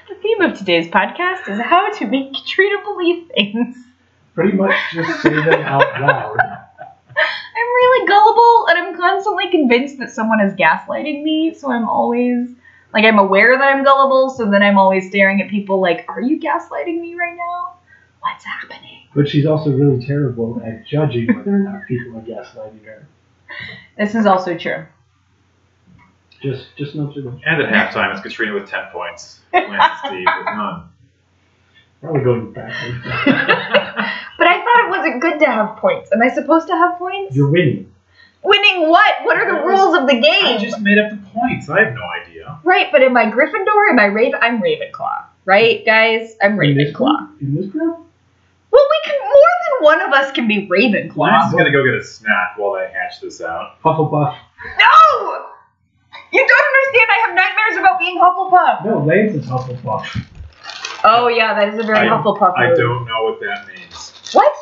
Speaker 2: The theme of today's podcast is how to make Katrina believe things.
Speaker 1: Pretty much just say them out loud.
Speaker 2: I'm really gullible and I'm constantly convinced that someone is gaslighting me, so I'm always like I'm aware that I'm gullible, so then I'm always staring at people like, Are you gaslighting me right now? What's happening?
Speaker 1: But she's also really terrible at judging whether or not people are gaslighting her.
Speaker 2: This is also true.
Speaker 1: Just, just an observation.
Speaker 3: And at halftime, it's Katrina with 10 points. Lance and Steve with none.
Speaker 1: Probably going backwards.
Speaker 2: But I thought it wasn't good to have points. Am I supposed to have points?
Speaker 1: You're winning.
Speaker 2: Winning what? What are the rules of the game?
Speaker 3: I just made up the points. I have no idea.
Speaker 2: Right, but am I Gryffindor? Am I Raven? I'm Ravenclaw, right, guys? I'm
Speaker 1: In this
Speaker 2: Ravenclaw.
Speaker 1: group? In this group?
Speaker 2: Well, we can. More than one of us can be Ravenclaw.
Speaker 3: Lance is gonna go get a snack while they hash this out.
Speaker 1: Hufflepuff.
Speaker 2: No! You don't understand. I have nightmares about being Hufflepuff.
Speaker 1: No, Lance is Hufflepuff.
Speaker 2: Oh yeah, that is a very
Speaker 3: I-
Speaker 2: Hufflepuff.
Speaker 3: I
Speaker 2: move.
Speaker 3: don't know what that means.
Speaker 2: What?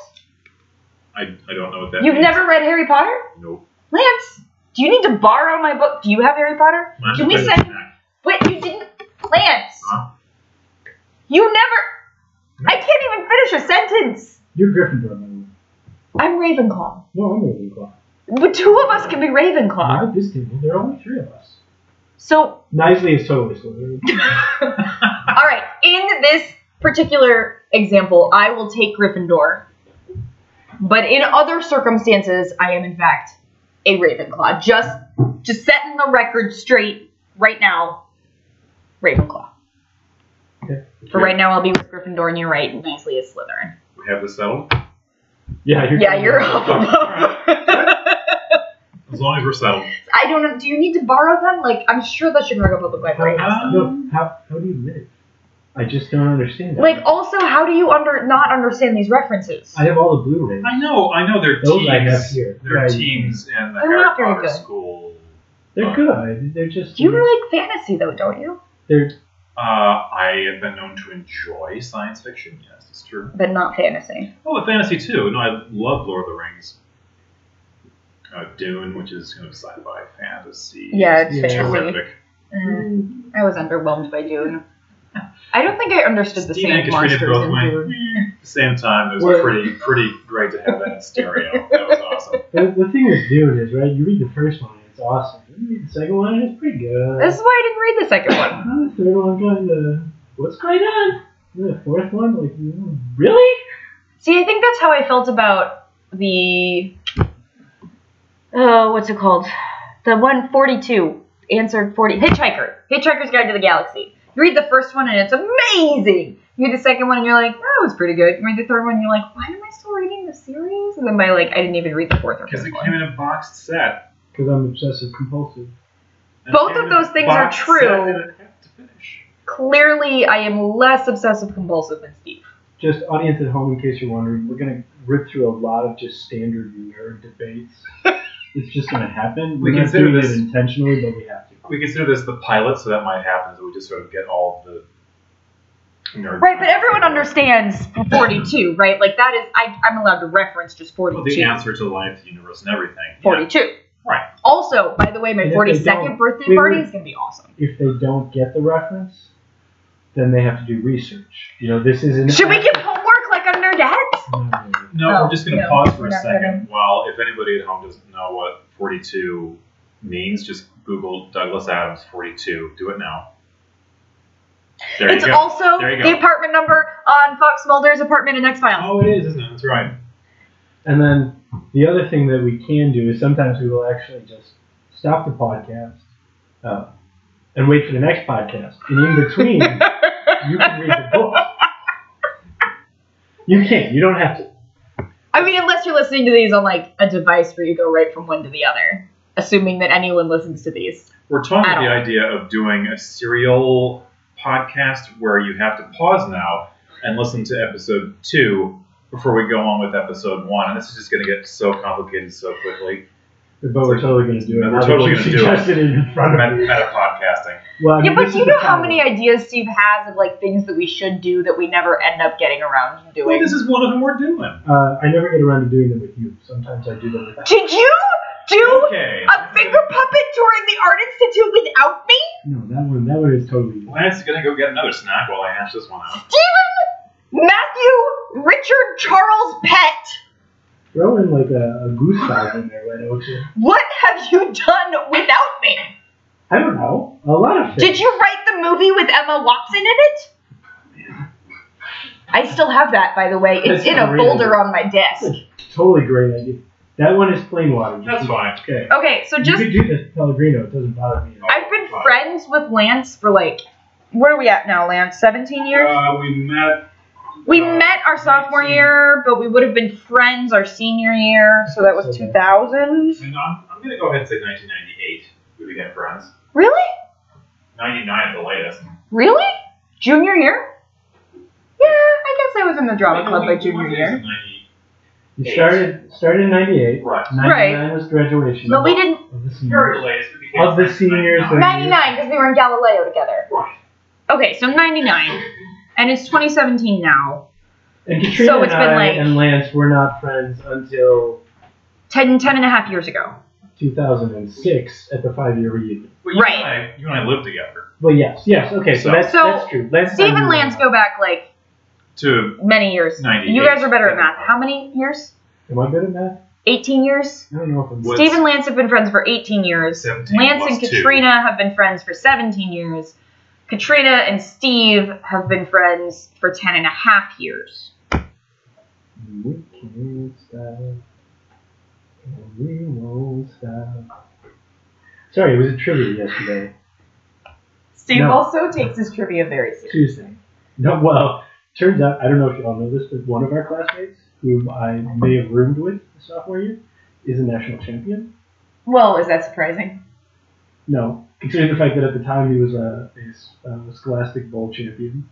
Speaker 3: I, I don't know what that
Speaker 2: You've
Speaker 3: means.
Speaker 2: never read Harry Potter,
Speaker 3: Nope.
Speaker 2: Lance? Do you need to borrow my book? Do you have Harry Potter?
Speaker 3: Lance
Speaker 2: Can we
Speaker 3: is gonna
Speaker 2: send?
Speaker 3: snack.
Speaker 2: Wait, you didn't, Lance.
Speaker 3: Huh?
Speaker 2: You never. I can't even finish a sentence.
Speaker 1: You're Gryffindor, by the way.
Speaker 2: I'm Ravenclaw.
Speaker 1: No, I'm Ravenclaw.
Speaker 2: But two of us can be Ravenclaw.
Speaker 1: Not at this table. There are only three of us.
Speaker 2: So
Speaker 1: Nisley is totally Slytherin.
Speaker 2: All right. In this particular example, I will take Gryffindor. But in other circumstances, I am in fact a Ravenclaw. Just just setting the record straight right now. Ravenclaw.
Speaker 1: Okay.
Speaker 2: For right now, I'll be with Gryffindor, and you're right. Nicely is Slytherin.
Speaker 3: We have this settled.
Speaker 1: Yeah, you're.
Speaker 2: Yeah, you're
Speaker 3: As long as we're settled.
Speaker 2: I don't know. Do you need to borrow them? Like, I'm sure the Chicago Public Library has them.
Speaker 1: No, how, how do you live? I just don't understand it.
Speaker 2: Like, also, how do you under not understand these references?
Speaker 1: I have all the Blu-rays.
Speaker 3: I know, I know. They're
Speaker 1: Those
Speaker 3: teams.
Speaker 1: I have here.
Speaker 3: They're
Speaker 1: Yeah, you-
Speaker 3: teams in the
Speaker 2: They're
Speaker 3: Harry
Speaker 2: not very
Speaker 3: Potter
Speaker 2: good.
Speaker 3: school.
Speaker 1: They're good. They're just.
Speaker 2: You like fantasy though, don't you?
Speaker 1: They're
Speaker 3: Uh, I have been known to enjoy science fiction. Yes, it's true.
Speaker 2: But not fantasy.
Speaker 3: Oh, and fantasy too. No, I love Lord of the Rings. Uh, Dune, which is kind of sci-fi fantasy.
Speaker 2: Yeah, it's
Speaker 1: Yeah.
Speaker 2: fantasy.
Speaker 3: terrific.
Speaker 1: Mm.
Speaker 2: I was underwhelmed by Dune. I don't think I understood the
Speaker 3: Steve and
Speaker 2: same
Speaker 3: Katrina
Speaker 2: monsters
Speaker 3: both
Speaker 2: in
Speaker 3: went.
Speaker 2: Dune.
Speaker 3: "Meh." At the same time, it was
Speaker 1: Well-
Speaker 3: pretty pretty great to have that in stereo. That was awesome.
Speaker 1: the, the thing with Dune is right. You read the first one, it's awesome. You read the second one, it's pretty good.
Speaker 2: This is why I didn't read the second one.
Speaker 1: Uh, the third one, kind of. What's going on? The fourth one, like mm, really?
Speaker 2: See, I think that's how I felt about the. Oh, what's it called? The one forty-two answered forty Hitchhiker. Hitchhiker's Guide to the Galaxy. You read the first one and it's amazing. You read the second one and you're like, that was pretty good. You read the third one and you're like, why am I still reading the series? And then by like, I didn't even read the fourth or
Speaker 3: Because
Speaker 2: fifth
Speaker 3: it
Speaker 2: one.
Speaker 3: came in a boxed set.
Speaker 1: Because I'm obsessive compulsive.
Speaker 3: And it
Speaker 2: Both
Speaker 3: came
Speaker 2: of
Speaker 3: in a
Speaker 2: those things are
Speaker 3: boxed
Speaker 2: true.
Speaker 3: set and it had to finish.
Speaker 2: clearly I am less obsessive compulsive than Steve.
Speaker 1: Just audience at home, in case you're wondering, we're gonna rip through a lot of just standard nerd debates. it's just gonna happen.
Speaker 3: We
Speaker 1: We're not
Speaker 3: consider
Speaker 1: doing
Speaker 3: this-
Speaker 1: it intentionally, but we have to.
Speaker 3: We consider this the pilot, so that might happen. So we just sort of get all of the nerd.
Speaker 2: Right, but everyone understands 42, right? Like that is I I'm allowed to reference just
Speaker 3: Well, the
Speaker 2: 42.
Speaker 3: answer to life, the universe, and everything. Yeah.
Speaker 2: 42.
Speaker 3: Right.
Speaker 2: Also, by the way, my
Speaker 1: And if they
Speaker 2: 42nd
Speaker 1: don't-
Speaker 2: birthday
Speaker 1: wait,
Speaker 2: party
Speaker 1: wait.
Speaker 2: is going to be awesome.
Speaker 1: if they don't get the reference, then they have to do research. You know, this isn't.
Speaker 2: Should we give homework like on Nerdettes?
Speaker 3: No,
Speaker 2: Oh,
Speaker 3: we're just going to
Speaker 2: no,
Speaker 3: pause for
Speaker 2: we're
Speaker 3: a
Speaker 2: not
Speaker 3: second. While if anybody at home doesn't know what 42 means, just Google Douglas Adams 42. Do it now. There
Speaker 2: It's
Speaker 3: you go.
Speaker 2: also
Speaker 3: There you go.
Speaker 2: the apartment number on Fox Mulder's apartment in X Files.
Speaker 3: oh, it is, isn't it? That's right.
Speaker 1: And then the other thing that we can do is sometimes we will actually just stop the podcast uh, and wait for the next podcast. And in between, you can read the book. You can't. You don't have to.
Speaker 2: I mean, unless you're listening to these on like a device where you go right from one to the other, assuming that anyone listens to these.
Speaker 3: We're talking
Speaker 2: I
Speaker 3: about the
Speaker 2: don't-
Speaker 3: idea of doing a serial podcast where you have to pause now and listen to episode two before we go on with episode one. And this is just going to get so complicated so quickly.
Speaker 1: But we're totally going to do it.
Speaker 3: We're
Speaker 1: now that
Speaker 3: totally
Speaker 1: you
Speaker 3: gonna do it.
Speaker 1: suggested it in front of
Speaker 3: Meta,
Speaker 1: me.
Speaker 3: meta podcasting.
Speaker 1: Well, I mean,
Speaker 2: Yeah, but
Speaker 1: Um, this
Speaker 2: do you
Speaker 1: is
Speaker 2: know
Speaker 1: the
Speaker 2: how
Speaker 1: title.
Speaker 2: many ideas Steve has of like things that we should do that we never end up getting around to
Speaker 3: Well,
Speaker 2: doing?
Speaker 3: this is one of them we're doing.
Speaker 1: Uh, I never get around to doing them with you. Sometimes I do them with
Speaker 2: Did you do
Speaker 3: Okay.
Speaker 2: a finger puppet during the Art Institute without me,
Speaker 1: No, that one. That one is totally.
Speaker 3: Lance is gonna go get another snack while I hash this one out.
Speaker 2: Stephen Matthew Richard Charles Pett?
Speaker 1: Throw in like a, a goose bag in there, why don't you?
Speaker 2: What have you done without me?
Speaker 1: I don't know. A lot of
Speaker 2: Did
Speaker 1: things.
Speaker 2: you write the movie with Emma Watson in it? I still have that, by the way. It's
Speaker 1: That's
Speaker 2: in a
Speaker 1: unreal.
Speaker 2: folder on my desk.
Speaker 1: Totally great idea. That one is plain water.
Speaker 3: That's fine.
Speaker 1: Okay.
Speaker 2: Okay, so just
Speaker 1: you could do the Pellegrino. It doesn't bother me. at all.
Speaker 2: I've been friends with Lance for like, where are we at now, Lance? 17 years?
Speaker 3: Uh, we met.
Speaker 2: we
Speaker 3: uh,
Speaker 2: met our sophomore
Speaker 3: 19.
Speaker 2: year, but we would have been friends our senior year, so that was
Speaker 1: Okay.
Speaker 2: 2000.
Speaker 3: And I'm, I'm gonna go ahead and say 1998. We became friends.
Speaker 2: Really?
Speaker 3: 99 at the latest.
Speaker 2: Really? Junior year? Yeah, I guess I definitely was in the drama club by junior year.
Speaker 1: You started started in '98.
Speaker 4: Right.
Speaker 1: 99
Speaker 2: Right.
Speaker 1: was graduation.
Speaker 2: But we didn't.
Speaker 1: Of the
Speaker 4: Very
Speaker 1: seniors.
Speaker 4: late.
Speaker 1: Of the seniors,
Speaker 4: Right.
Speaker 1: Right.
Speaker 2: 99, because we were in Galileo together.
Speaker 4: Right.
Speaker 2: Okay, so 99. And it's 2017 now.
Speaker 1: And Katrina
Speaker 2: So it's
Speaker 1: and
Speaker 2: been
Speaker 1: I
Speaker 2: like-
Speaker 1: and Lance were not friends until
Speaker 2: 10, 10 and a half years ago.
Speaker 1: 2006 at the five-year reunion.
Speaker 3: Well, you
Speaker 2: Right.
Speaker 3: And I, you and I lived together.
Speaker 1: Well, yes, yes, okay, so,
Speaker 3: So-
Speaker 1: that's,
Speaker 2: So,
Speaker 1: that's true. Lance
Speaker 2: Steve
Speaker 1: I
Speaker 2: and
Speaker 1: knew
Speaker 2: Lance go back like
Speaker 3: To
Speaker 2: many years.
Speaker 3: 98.
Speaker 2: You guys are better at math. How many years?
Speaker 1: Am I good at math?
Speaker 2: 18 years?
Speaker 1: I don't know if I'm
Speaker 3: What-
Speaker 2: Steve and Lance have been friends for 18 years.
Speaker 3: 17
Speaker 2: Lance
Speaker 3: plus
Speaker 2: and
Speaker 3: two.
Speaker 2: Katrina have been friends for 17 years. Katrina and Steve have been friends for 10 and a half years.
Speaker 1: We can't stop. We won't stop. Sorry, it was a trivia yesterday.
Speaker 2: Steve
Speaker 1: No.
Speaker 2: also takes his trivia very seriously.
Speaker 1: Tuesday. No, well, turns out, I don't know if you all know this, but one of our classmates, whom I may have roomed with sophomore year, is a national champion.
Speaker 2: Well, is that surprising?
Speaker 1: No, considering the fact that at the time he was a, a s- a Scholastic Bowl champion.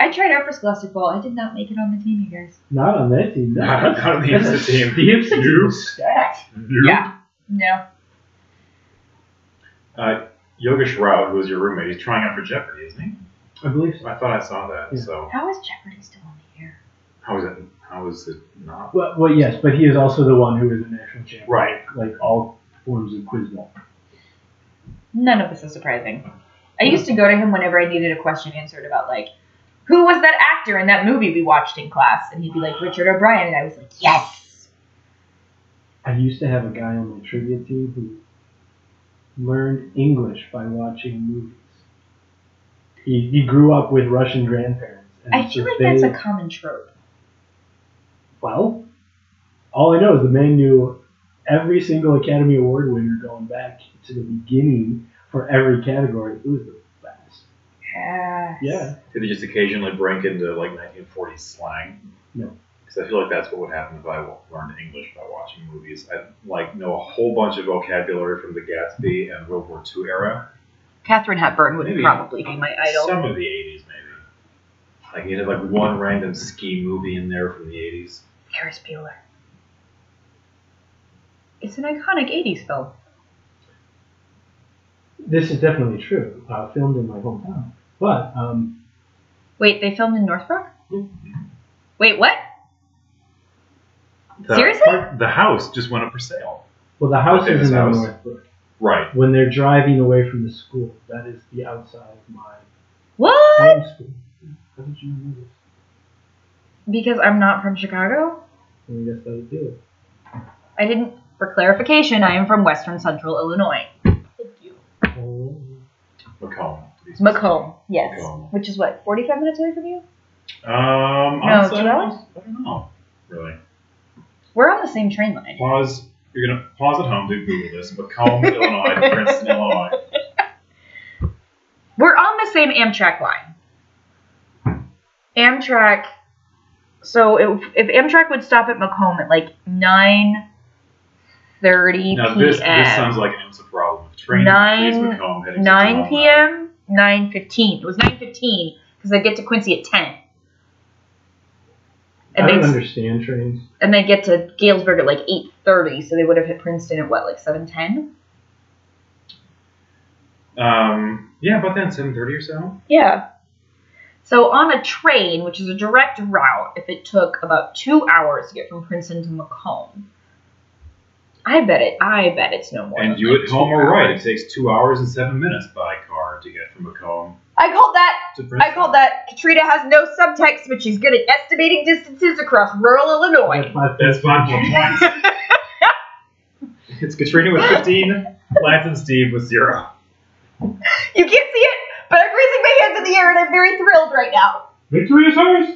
Speaker 2: I tried out for Scholastic Bowl. I did not make it on the team, you guys.
Speaker 1: Not on that team, no.
Speaker 3: Not on the IMSA team.
Speaker 1: The IMSA team
Speaker 3: Nope.
Speaker 1: is stacked.
Speaker 2: Yeah. No.
Speaker 3: Uh, Yogesh Rao, who was your roommate, he's trying out for Jeopardy, isn't he?
Speaker 1: I believe so.
Speaker 3: I thought I saw that.
Speaker 1: Yeah.
Speaker 3: So
Speaker 2: How is Jeopardy still on the air?
Speaker 3: how is it? How is it not?
Speaker 1: Well, well, yes, but he is also the one who is a national champion.
Speaker 3: Right.
Speaker 1: Like all forms of quiz ball.
Speaker 2: None of this is surprising. I used to go to him whenever I needed a question answered about like, who was that actor in that movie we watched in class? And he'd be like, Richard O'Brien, and I was like, yes.
Speaker 1: I used to have a guy on my trivia team who learned English by watching movies. He, he grew up with Russian grandparents. And
Speaker 2: I feel
Speaker 1: so
Speaker 2: like
Speaker 1: they-
Speaker 2: that's a common trope.
Speaker 1: Well, all I know is the man knew every single Academy Award winner going back to the beginning for every category. It was the best.
Speaker 2: Yes.
Speaker 1: Yeah.
Speaker 3: Did he just occasionally break into like 1940s slang?
Speaker 1: No.
Speaker 3: Because I feel like that's what would happen if I w- learned English by watching movies. I like know a whole bunch of vocabulary from the Gatsby and World War II era.
Speaker 2: Catherine Hepburn would
Speaker 3: Maybe.
Speaker 2: probably be my idol.
Speaker 3: Some of the 80s maybe. Like you have like one random ski movie in there from the 80s.
Speaker 2: Ferris Bueller. It's an iconic 80s film.
Speaker 1: This is definitely true. Uh, filmed in my hometown. But um,
Speaker 2: Wait, they filmed in Northbrook?
Speaker 1: Yeah.
Speaker 2: Wait, what?
Speaker 3: The-
Speaker 2: Seriously?
Speaker 3: The house just went up for sale.
Speaker 1: well, the house
Speaker 3: Okay,
Speaker 1: is
Speaker 3: this
Speaker 1: in
Speaker 3: house.
Speaker 1: Northbrook.
Speaker 3: Right.
Speaker 1: When they're driving away from the school, that is the outside of my
Speaker 2: What?
Speaker 1: home school. How did you know this?
Speaker 2: Because I'm not from Chicago?
Speaker 1: And I guess that would do it.
Speaker 2: I didn't. For clarification, I am from Western Central Illinois. Thank you.
Speaker 1: Oh,
Speaker 3: Macomb. to be specific.
Speaker 2: Macomb, yes.
Speaker 3: Macomb.
Speaker 2: Which is what, 45 minutes away from you?
Speaker 3: Um,
Speaker 2: No,
Speaker 3: honestly,
Speaker 2: two hours?
Speaker 3: I don't know. Really.
Speaker 2: We're on the same train line.
Speaker 3: Pause. You're gonna pause at home to Google this. Macomb, Illinois, Princeton, Illinois.
Speaker 2: We're on the same Amtrak line. Amtrak. So if, if Amtrak would stop at Macomb at like 9.30
Speaker 3: Now
Speaker 2: p.m.
Speaker 3: this this sounds like an IMSA problem. Train
Speaker 2: Nine-
Speaker 3: leaves Macomb heading to
Speaker 2: 9
Speaker 3: Tacoma.
Speaker 2: p.m. 9:15. It was 9:15 because I get to Quincy at 10.
Speaker 1: I
Speaker 2: And
Speaker 1: don't
Speaker 2: they
Speaker 1: understand trains.
Speaker 2: and they get to Galesburg at like 8:30, so they would have hit Princeton at what like 7:10.
Speaker 3: Um, yeah, about then seven thirty or so.
Speaker 2: Yeah. So on a train, which is a direct route, if it took about two hours to get from Princeton to Macomb, I bet it. I bet it's no more.
Speaker 3: And
Speaker 2: than,
Speaker 3: you
Speaker 2: like,
Speaker 3: at
Speaker 2: two
Speaker 3: home are right. It
Speaker 2: hours.
Speaker 3: takes two hours and seven minutes by car to get from Macomb
Speaker 2: I called that
Speaker 3: to
Speaker 2: I
Speaker 3: Princeton.
Speaker 2: call that Katrina has no subtext, but she's good at estimating distances across rural Illinois.
Speaker 1: my
Speaker 3: That's five more points. it's Katrina with fifteen, Lance and Steve with zero.
Speaker 2: You can't see it, but I'm raising my hands in the air and I'm very thrilled right now.
Speaker 1: Victory is ours!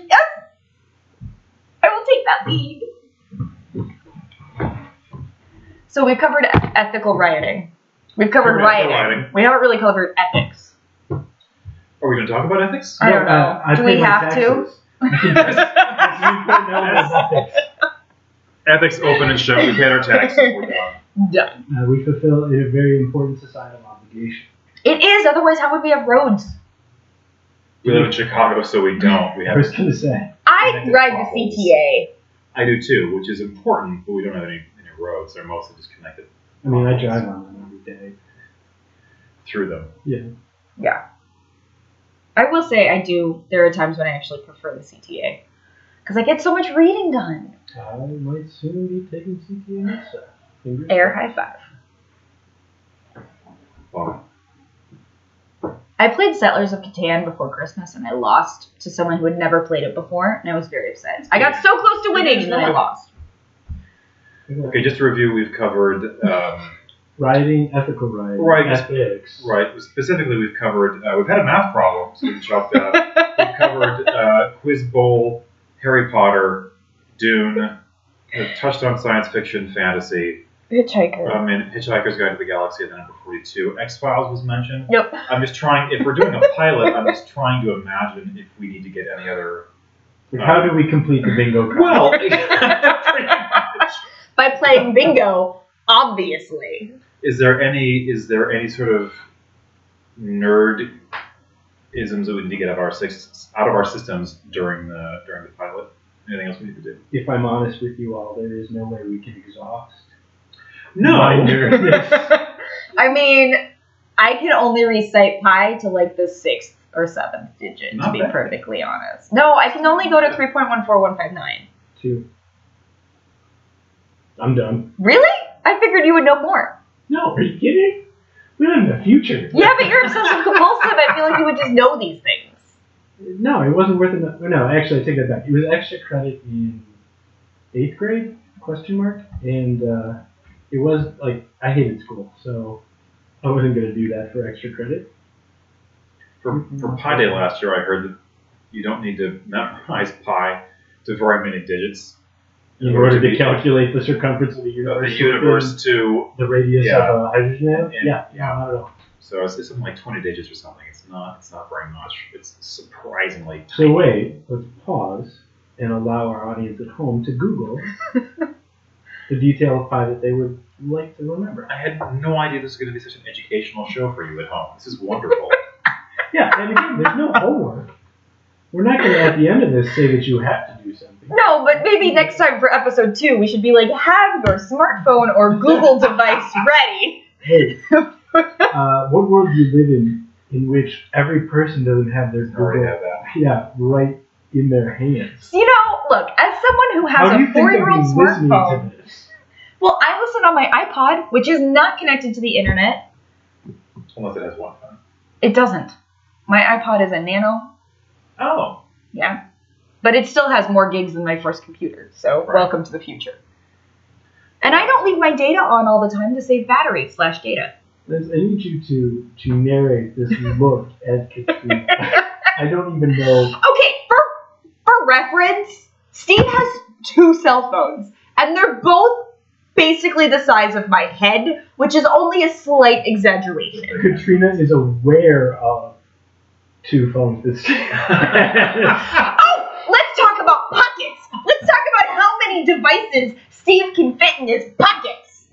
Speaker 2: I will take that lead. So we've covered ethical rioting. We've covered
Speaker 3: Covered ethical
Speaker 2: rioting.
Speaker 3: rioting.
Speaker 2: We haven't really covered ethics.
Speaker 3: Are we going to talk about ethics?
Speaker 2: I don't know. Do we have
Speaker 3: Ethics open and shut. We paid our taxes. We're done.
Speaker 2: Done.
Speaker 1: Uh, we fulfill a very important societal obligation.
Speaker 2: It is, otherwise how would we have roads?
Speaker 3: We live in Chicago, so we don't. We
Speaker 1: I
Speaker 3: have.
Speaker 1: was gonna say.
Speaker 2: I
Speaker 3: Connected
Speaker 2: ride the
Speaker 3: potholes.
Speaker 2: CTA.
Speaker 3: I do too, which is important, but we don't have any, any roads. They're mostly just connected
Speaker 1: I mean, I drive on them every day.
Speaker 3: through them.
Speaker 2: I will say I do. There are times when I actually prefer the CTA because I get so much reading done.
Speaker 1: I might soon be taking CTA next time. Fingers
Speaker 2: Air high five.
Speaker 3: Well,
Speaker 2: I played Settlers of Catan before Christmas and I lost to someone who had never played it before and I was very upset. I got so close to winning and then I lost.
Speaker 1: crossed.
Speaker 3: okay, just to review, we've covered um,
Speaker 1: Riding, ethical riding,
Speaker 3: Right.
Speaker 1: ethics.
Speaker 3: Right. Specifically, we've covered uh, we've had a math problem, so we chalked that up. we've covered uh, Quiz Bowl, Harry Potter, Dune. We've touched on science fiction, fantasy.
Speaker 2: Hitchhiker.
Speaker 3: Um, and Hitchhiker's Guide to the Galaxy at the number forty-two. X Files was mentioned.
Speaker 2: Yep.
Speaker 3: I'm just trying. If we're doing a pilot, I'm just trying to imagine if we need to get any other.
Speaker 1: Like, how do we complete the bingo card?
Speaker 3: Well, pretty much.
Speaker 2: By playing bingo, obviously.
Speaker 3: is there any is there any sort of nerd isms that we need to get out of our six, out of our systems during the during the pilot? Anything else we need to do?
Speaker 1: if I'm honest with you all, there is no way we can exhaust.
Speaker 3: My
Speaker 1: my
Speaker 3: nerd.
Speaker 1: nerdness.
Speaker 2: I mean, I can only recite pi to like the sixth or seventh digit, to
Speaker 3: Not
Speaker 2: be
Speaker 3: bad.
Speaker 2: perfectly honest. No, I can only go to 3.14159.
Speaker 1: Two. I'm done.
Speaker 2: Really? I figured you would know more.
Speaker 1: No, are you kidding? We live in the future.
Speaker 2: Yeah, but you're obsessive compulsive. I feel like you would just know these things.
Speaker 1: No, it wasn't worth enough. No, actually, I take that back. It was extra credit in eighth grade? Question mark. And uh, it was like I hated school, so I wasn't gonna do that for extra credit.
Speaker 3: For, for Pi Day last year, I heard that you don't need to memorize pi to very many digits
Speaker 1: In order to
Speaker 3: be-
Speaker 1: calculate the circumference of the
Speaker 3: of
Speaker 1: universe,
Speaker 3: the universe to.
Speaker 1: the radius
Speaker 3: Yeah.
Speaker 1: of a hydrogen atom.
Speaker 3: Yeah.
Speaker 1: Yeah, yeah, not at all.
Speaker 3: So it's, it's something like twenty digits or something. It's not it's not very much. It's surprisingly.
Speaker 1: So wait, let's pause and allow our audience at home to Google the detail of pi that they would like to remember.
Speaker 3: I had no idea this was going to be such an educational show for you at home. This is wonderful.
Speaker 1: Yeah, and again, there's no homework. We're not going to at the end of this say that you have to do something.
Speaker 2: No, but maybe next time for episode two, we should be like, have your smartphone or Google device ready.
Speaker 1: Hey, uh, what world do you live in in which every person doesn't have their
Speaker 3: I already
Speaker 1: Google
Speaker 3: have that.
Speaker 1: yeah, right in their hands?
Speaker 2: You know, look, as someone who has
Speaker 1: How do you
Speaker 2: a
Speaker 1: think they'll
Speaker 2: four-year-old
Speaker 1: be listening
Speaker 2: smartphone,
Speaker 1: to this?
Speaker 2: well, I listen on my iPod, which is not connected to the internet.
Speaker 3: Unless it has Wi-Fi.
Speaker 2: It doesn't. My iPod is a Nano,
Speaker 3: Oh,
Speaker 2: yeah, but it still has more gigs than my first computer. So
Speaker 3: Right.
Speaker 2: welcome to the future. And I don't leave my data on all the time to save battery slash data.
Speaker 1: Liz, I need you to, to narrate this look at Katrina. I don't even know
Speaker 2: Okay, for for reference, Steve has two cell phones, and they're both basically the size of my head, which is only a slight exaggeration.
Speaker 1: Katrina is aware of two phones this
Speaker 2: Oh, let's talk about pockets. Let's talk about how many devices Steve can fit in his pockets.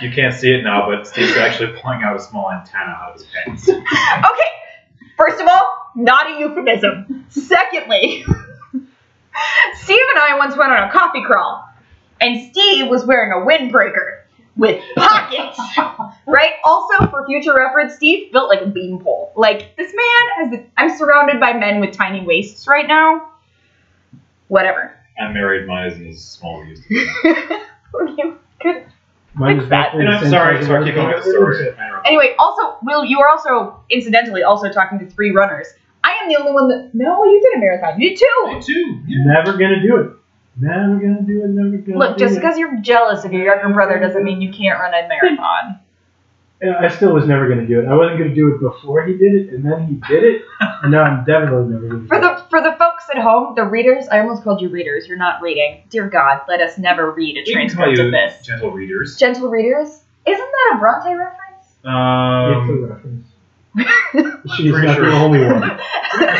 Speaker 3: you can't see it now, but Steve's actually pulling out a small antenna out of his pants.
Speaker 2: Okay, first of all, not a euphemism. Secondly, Steve and I once went on a coffee crawl, and Steve was wearing a windbreaker with pockets. right? Also, for future reference, Steve built like a beanpole. Like, this man has. I'm surrounded by men with tiny waists right now. Whatever.
Speaker 3: I'm married, mine isn't as small as it used to be.
Speaker 2: Good.
Speaker 1: Mine is back
Speaker 3: And I'm sorry, sorry, keep going with the story. I interrupted.
Speaker 2: Anyway, also, Will, you are also, incidentally, also talking to three runners. I am the only one that. No, you did a marathon. You did two.
Speaker 3: Me too. yeah.
Speaker 1: Never gonna do it. Never gonna do it. Never gonna
Speaker 2: Look,
Speaker 1: do
Speaker 2: just
Speaker 1: it.
Speaker 2: because you're jealous of your younger brother doesn't mean you can't run a marathon.
Speaker 1: Yeah, I still was never gonna do it. I wasn't gonna do it before he did it, and then he did it, and now I'm definitely never gonna do
Speaker 2: For
Speaker 1: it.
Speaker 2: the for the folks at home, the readers, I almost called you readers. You're not reading. Dear God, let us never read a
Speaker 3: We can call
Speaker 2: transcript
Speaker 3: you
Speaker 2: of this.
Speaker 3: gentle readers.
Speaker 2: Gentle readers, isn't that a Bronte reference?
Speaker 1: It's a
Speaker 3: Um,
Speaker 1: reference. She's
Speaker 3: Pretty
Speaker 1: not
Speaker 3: sure.
Speaker 1: the only one.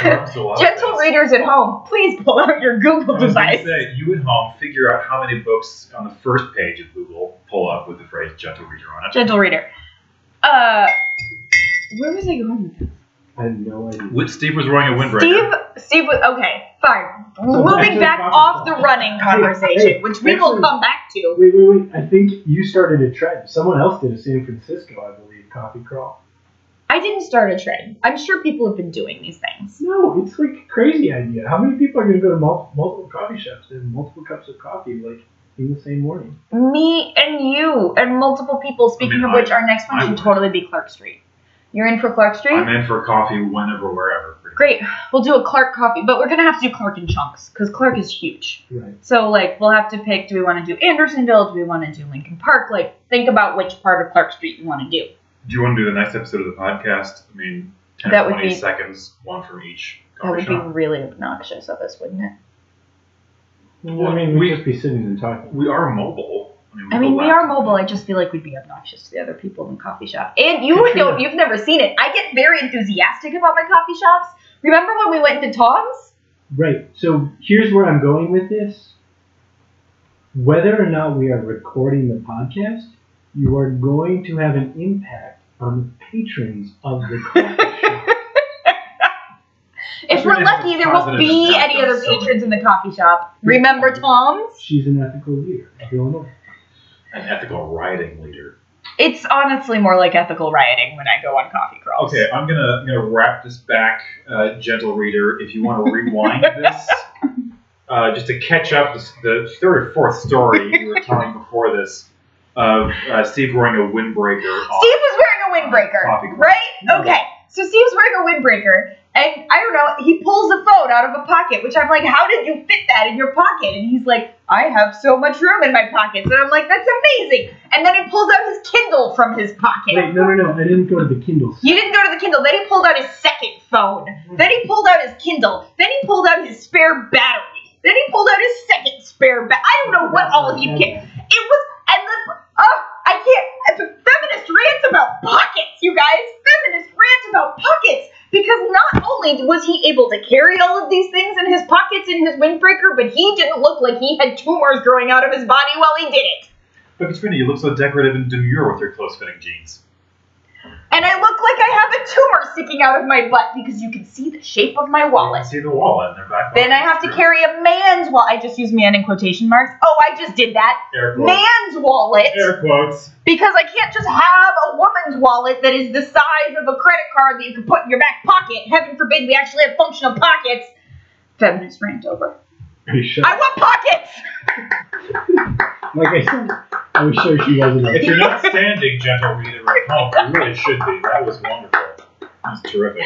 Speaker 2: Gentle readers at home, please pull out your Google
Speaker 3: I was gonna
Speaker 2: device.
Speaker 3: say, you at home figure out how many books on the first page of Google pull up with the phrase gentle reader on it.
Speaker 2: Gentle reader. Uh, where was I going? with this?
Speaker 1: I had no idea.
Speaker 3: Which Steve was wearing a windbreaker.
Speaker 2: Steve, Steve was okay. Fine.
Speaker 1: back to
Speaker 2: Moving
Speaker 1: the
Speaker 2: back
Speaker 1: conversation.
Speaker 2: off the running
Speaker 1: Hey, hey,
Speaker 2: conversation, which we will
Speaker 1: actually-
Speaker 2: come back to.
Speaker 1: Wait, wait, wait. I think you started a trend. Someone else did a San Francisco, I believe, coffee crawl.
Speaker 2: I didn't start a trend. I'm sure people have been doing these things.
Speaker 1: No, it's like a crazy idea. How many people are going to go to mul- multiple coffee shops and multiple cups of coffee like in the same morning?
Speaker 2: Me and you and multiple people. Speaking
Speaker 3: mean,
Speaker 2: of
Speaker 3: I-
Speaker 2: which, our next one
Speaker 3: I
Speaker 2: should
Speaker 3: would.
Speaker 2: totally be Clark Street. You're in for Clark Street.
Speaker 3: I'm in for coffee whenever, wherever. pretty
Speaker 2: Great. We'll do a Clark coffee, but we're gonna have to do Clark in chunks because Clark is huge.
Speaker 1: Right.
Speaker 2: So like we'll have to pick: do we want to do Andersonville? Do we want to do Lincoln Park? Like think about which part of Clark Street you want to do.
Speaker 3: much. Do you want to do the next episode of the podcast? I mean, 10
Speaker 2: That
Speaker 3: or
Speaker 2: would
Speaker 3: 20
Speaker 2: be-
Speaker 3: seconds, one from each
Speaker 2: That
Speaker 3: coffee
Speaker 2: would be
Speaker 3: shop.
Speaker 2: really obnoxious of us, wouldn't it?
Speaker 1: Well, I mean,
Speaker 3: We-
Speaker 1: we'd just be sitting and talking.
Speaker 3: We are mobile. mean,
Speaker 2: I
Speaker 3: go
Speaker 2: mean, we
Speaker 3: back.
Speaker 2: are mobile. I just feel like we'd be obnoxious to the other people in the coffee shop. And you
Speaker 1: Katrina.
Speaker 2: don't, you've never seen it. I get very enthusiastic about my coffee shops. Remember when we went to Tom's?
Speaker 1: Right. So here's where I'm going with this. Whether or not we are recording the podcast, you are going to have an impact on the patrons of the coffee shop.
Speaker 2: If
Speaker 3: We're
Speaker 2: we're
Speaker 3: gonna have
Speaker 2: lucky,
Speaker 3: a
Speaker 2: there won't
Speaker 3: positive
Speaker 2: be
Speaker 3: impact
Speaker 2: any
Speaker 3: on
Speaker 2: other
Speaker 3: so many
Speaker 2: patrons in the coffee shop. Remember Tom's?
Speaker 1: She's an ethical leader of Illinois.
Speaker 3: An ethical rioting leader.
Speaker 2: It's honestly more like ethical rioting when I go on coffee crawls.
Speaker 3: Okay, I'm gonna I'm gonna wrap this back, uh, gentle reader. If you want to rewind this, uh, just to catch up the, the third or fourth story you were telling before this of uh, Steve wearing a windbreaker. on-
Speaker 2: Steve was wearing a
Speaker 3: Coffee
Speaker 2: windbreaker,
Speaker 3: crawl.
Speaker 2: right? Okay. So Steve's wearing a windbreaker, and I don't know, he pulls a phone out of a pocket, which I'm like, how did you fit that in your pocket? And he's like, I have so much room in my pockets. And I'm like, that's amazing. And then he pulls out his Kindle from his pocket.
Speaker 1: Wait, no, no, no. I didn't go to the Kindle.
Speaker 2: He didn't go to the Kindle. Then he pulled out his second phone. Then he pulled out his Kindle. Then he pulled out his spare battery. Then he pulled out his second spare battery. I don't know what all he can. It was and the oh, I can't. uh, Feminist rants about pockets, you guys. Feminist rants about pockets because not only was he able to carry all of these things in his pockets in his windbreaker, but he didn't look like he had tumors growing out of his body while he did it.
Speaker 3: But Katrina, you look so decorative and demure with your close-fitting jeans.
Speaker 2: And I look like I have a tumor sticking out of my butt because you can see the shape of my
Speaker 3: You
Speaker 2: wallet.
Speaker 3: can see the wallet in their back.
Speaker 2: Then I
Speaker 3: pocket.
Speaker 2: have to carry a man's wallet. I just use man in quotation marks. Oh, I just did that.
Speaker 3: air quotes.
Speaker 2: Man's wallet.
Speaker 3: Air quotes.
Speaker 2: Because I can't just have a woman's wallet that is the size of a credit card that you can put in your back pocket. Heaven forbid we actually have functional pockets. Feminist rant over.
Speaker 1: Are you sure?
Speaker 2: I want pockets!
Speaker 1: Like I said, I was sure she wasn't.
Speaker 3: If
Speaker 1: Like,
Speaker 3: you're not standing, gentle reader, at home, you really should be. That was wonderful. That's terrific.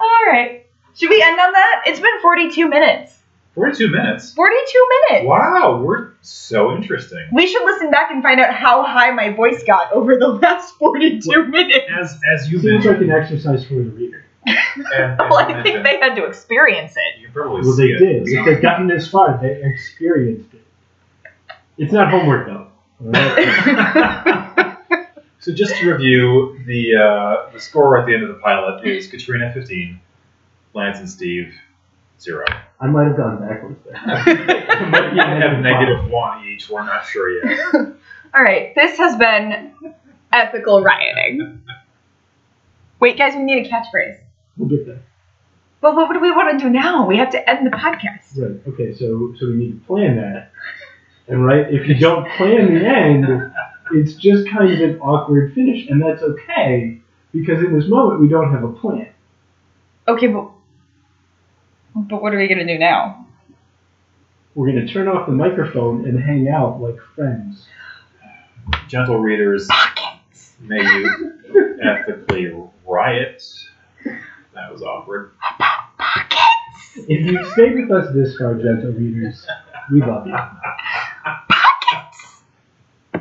Speaker 2: Alright. Should we end on that? It's been 42 minutes.
Speaker 3: Forty-two minutes.
Speaker 2: 42 minutes!
Speaker 3: Wow, we're so interesting.
Speaker 2: We should listen back and find out how high my voice got over the last 42 minutes.
Speaker 3: As as you
Speaker 1: seems like an
Speaker 3: mentioned,
Speaker 1: exercise for the reader.
Speaker 3: and, and
Speaker 2: Well,
Speaker 3: you
Speaker 2: I think
Speaker 3: mentioned,
Speaker 2: they had to experience it.
Speaker 3: you can probably
Speaker 1: Well, they
Speaker 3: see
Speaker 1: did.
Speaker 3: it.
Speaker 1: If they've gotten this far, they experienced it. It's not homework though. All right?
Speaker 3: So just to review, the uh, the score at the end of the pilot is Katrina fifteen, Lance and Steve zero.
Speaker 1: I might have gone backwards there.
Speaker 3: We might have negative one each. We're not sure yet.
Speaker 2: All right, this has been ethical rioting. Wait, guys, we need a catchphrase.
Speaker 1: We'll get there.
Speaker 2: Well, what do we want to do now? We have to end the podcast.
Speaker 1: Right. Okay. So so we need to plan that. And right, if you don't plan the end, it's just kind of an awkward finish, and that's okay because in this moment we don't have a plan.
Speaker 2: Okay, but but what are we gonna do now?
Speaker 1: We're gonna turn off the microphone and hang out like friends.
Speaker 3: Gentle readers,
Speaker 2: Pockets.
Speaker 3: may you ethically riot. That was awkward.
Speaker 2: Pockets.
Speaker 1: If you stay with us this far, gentle readers, we love you.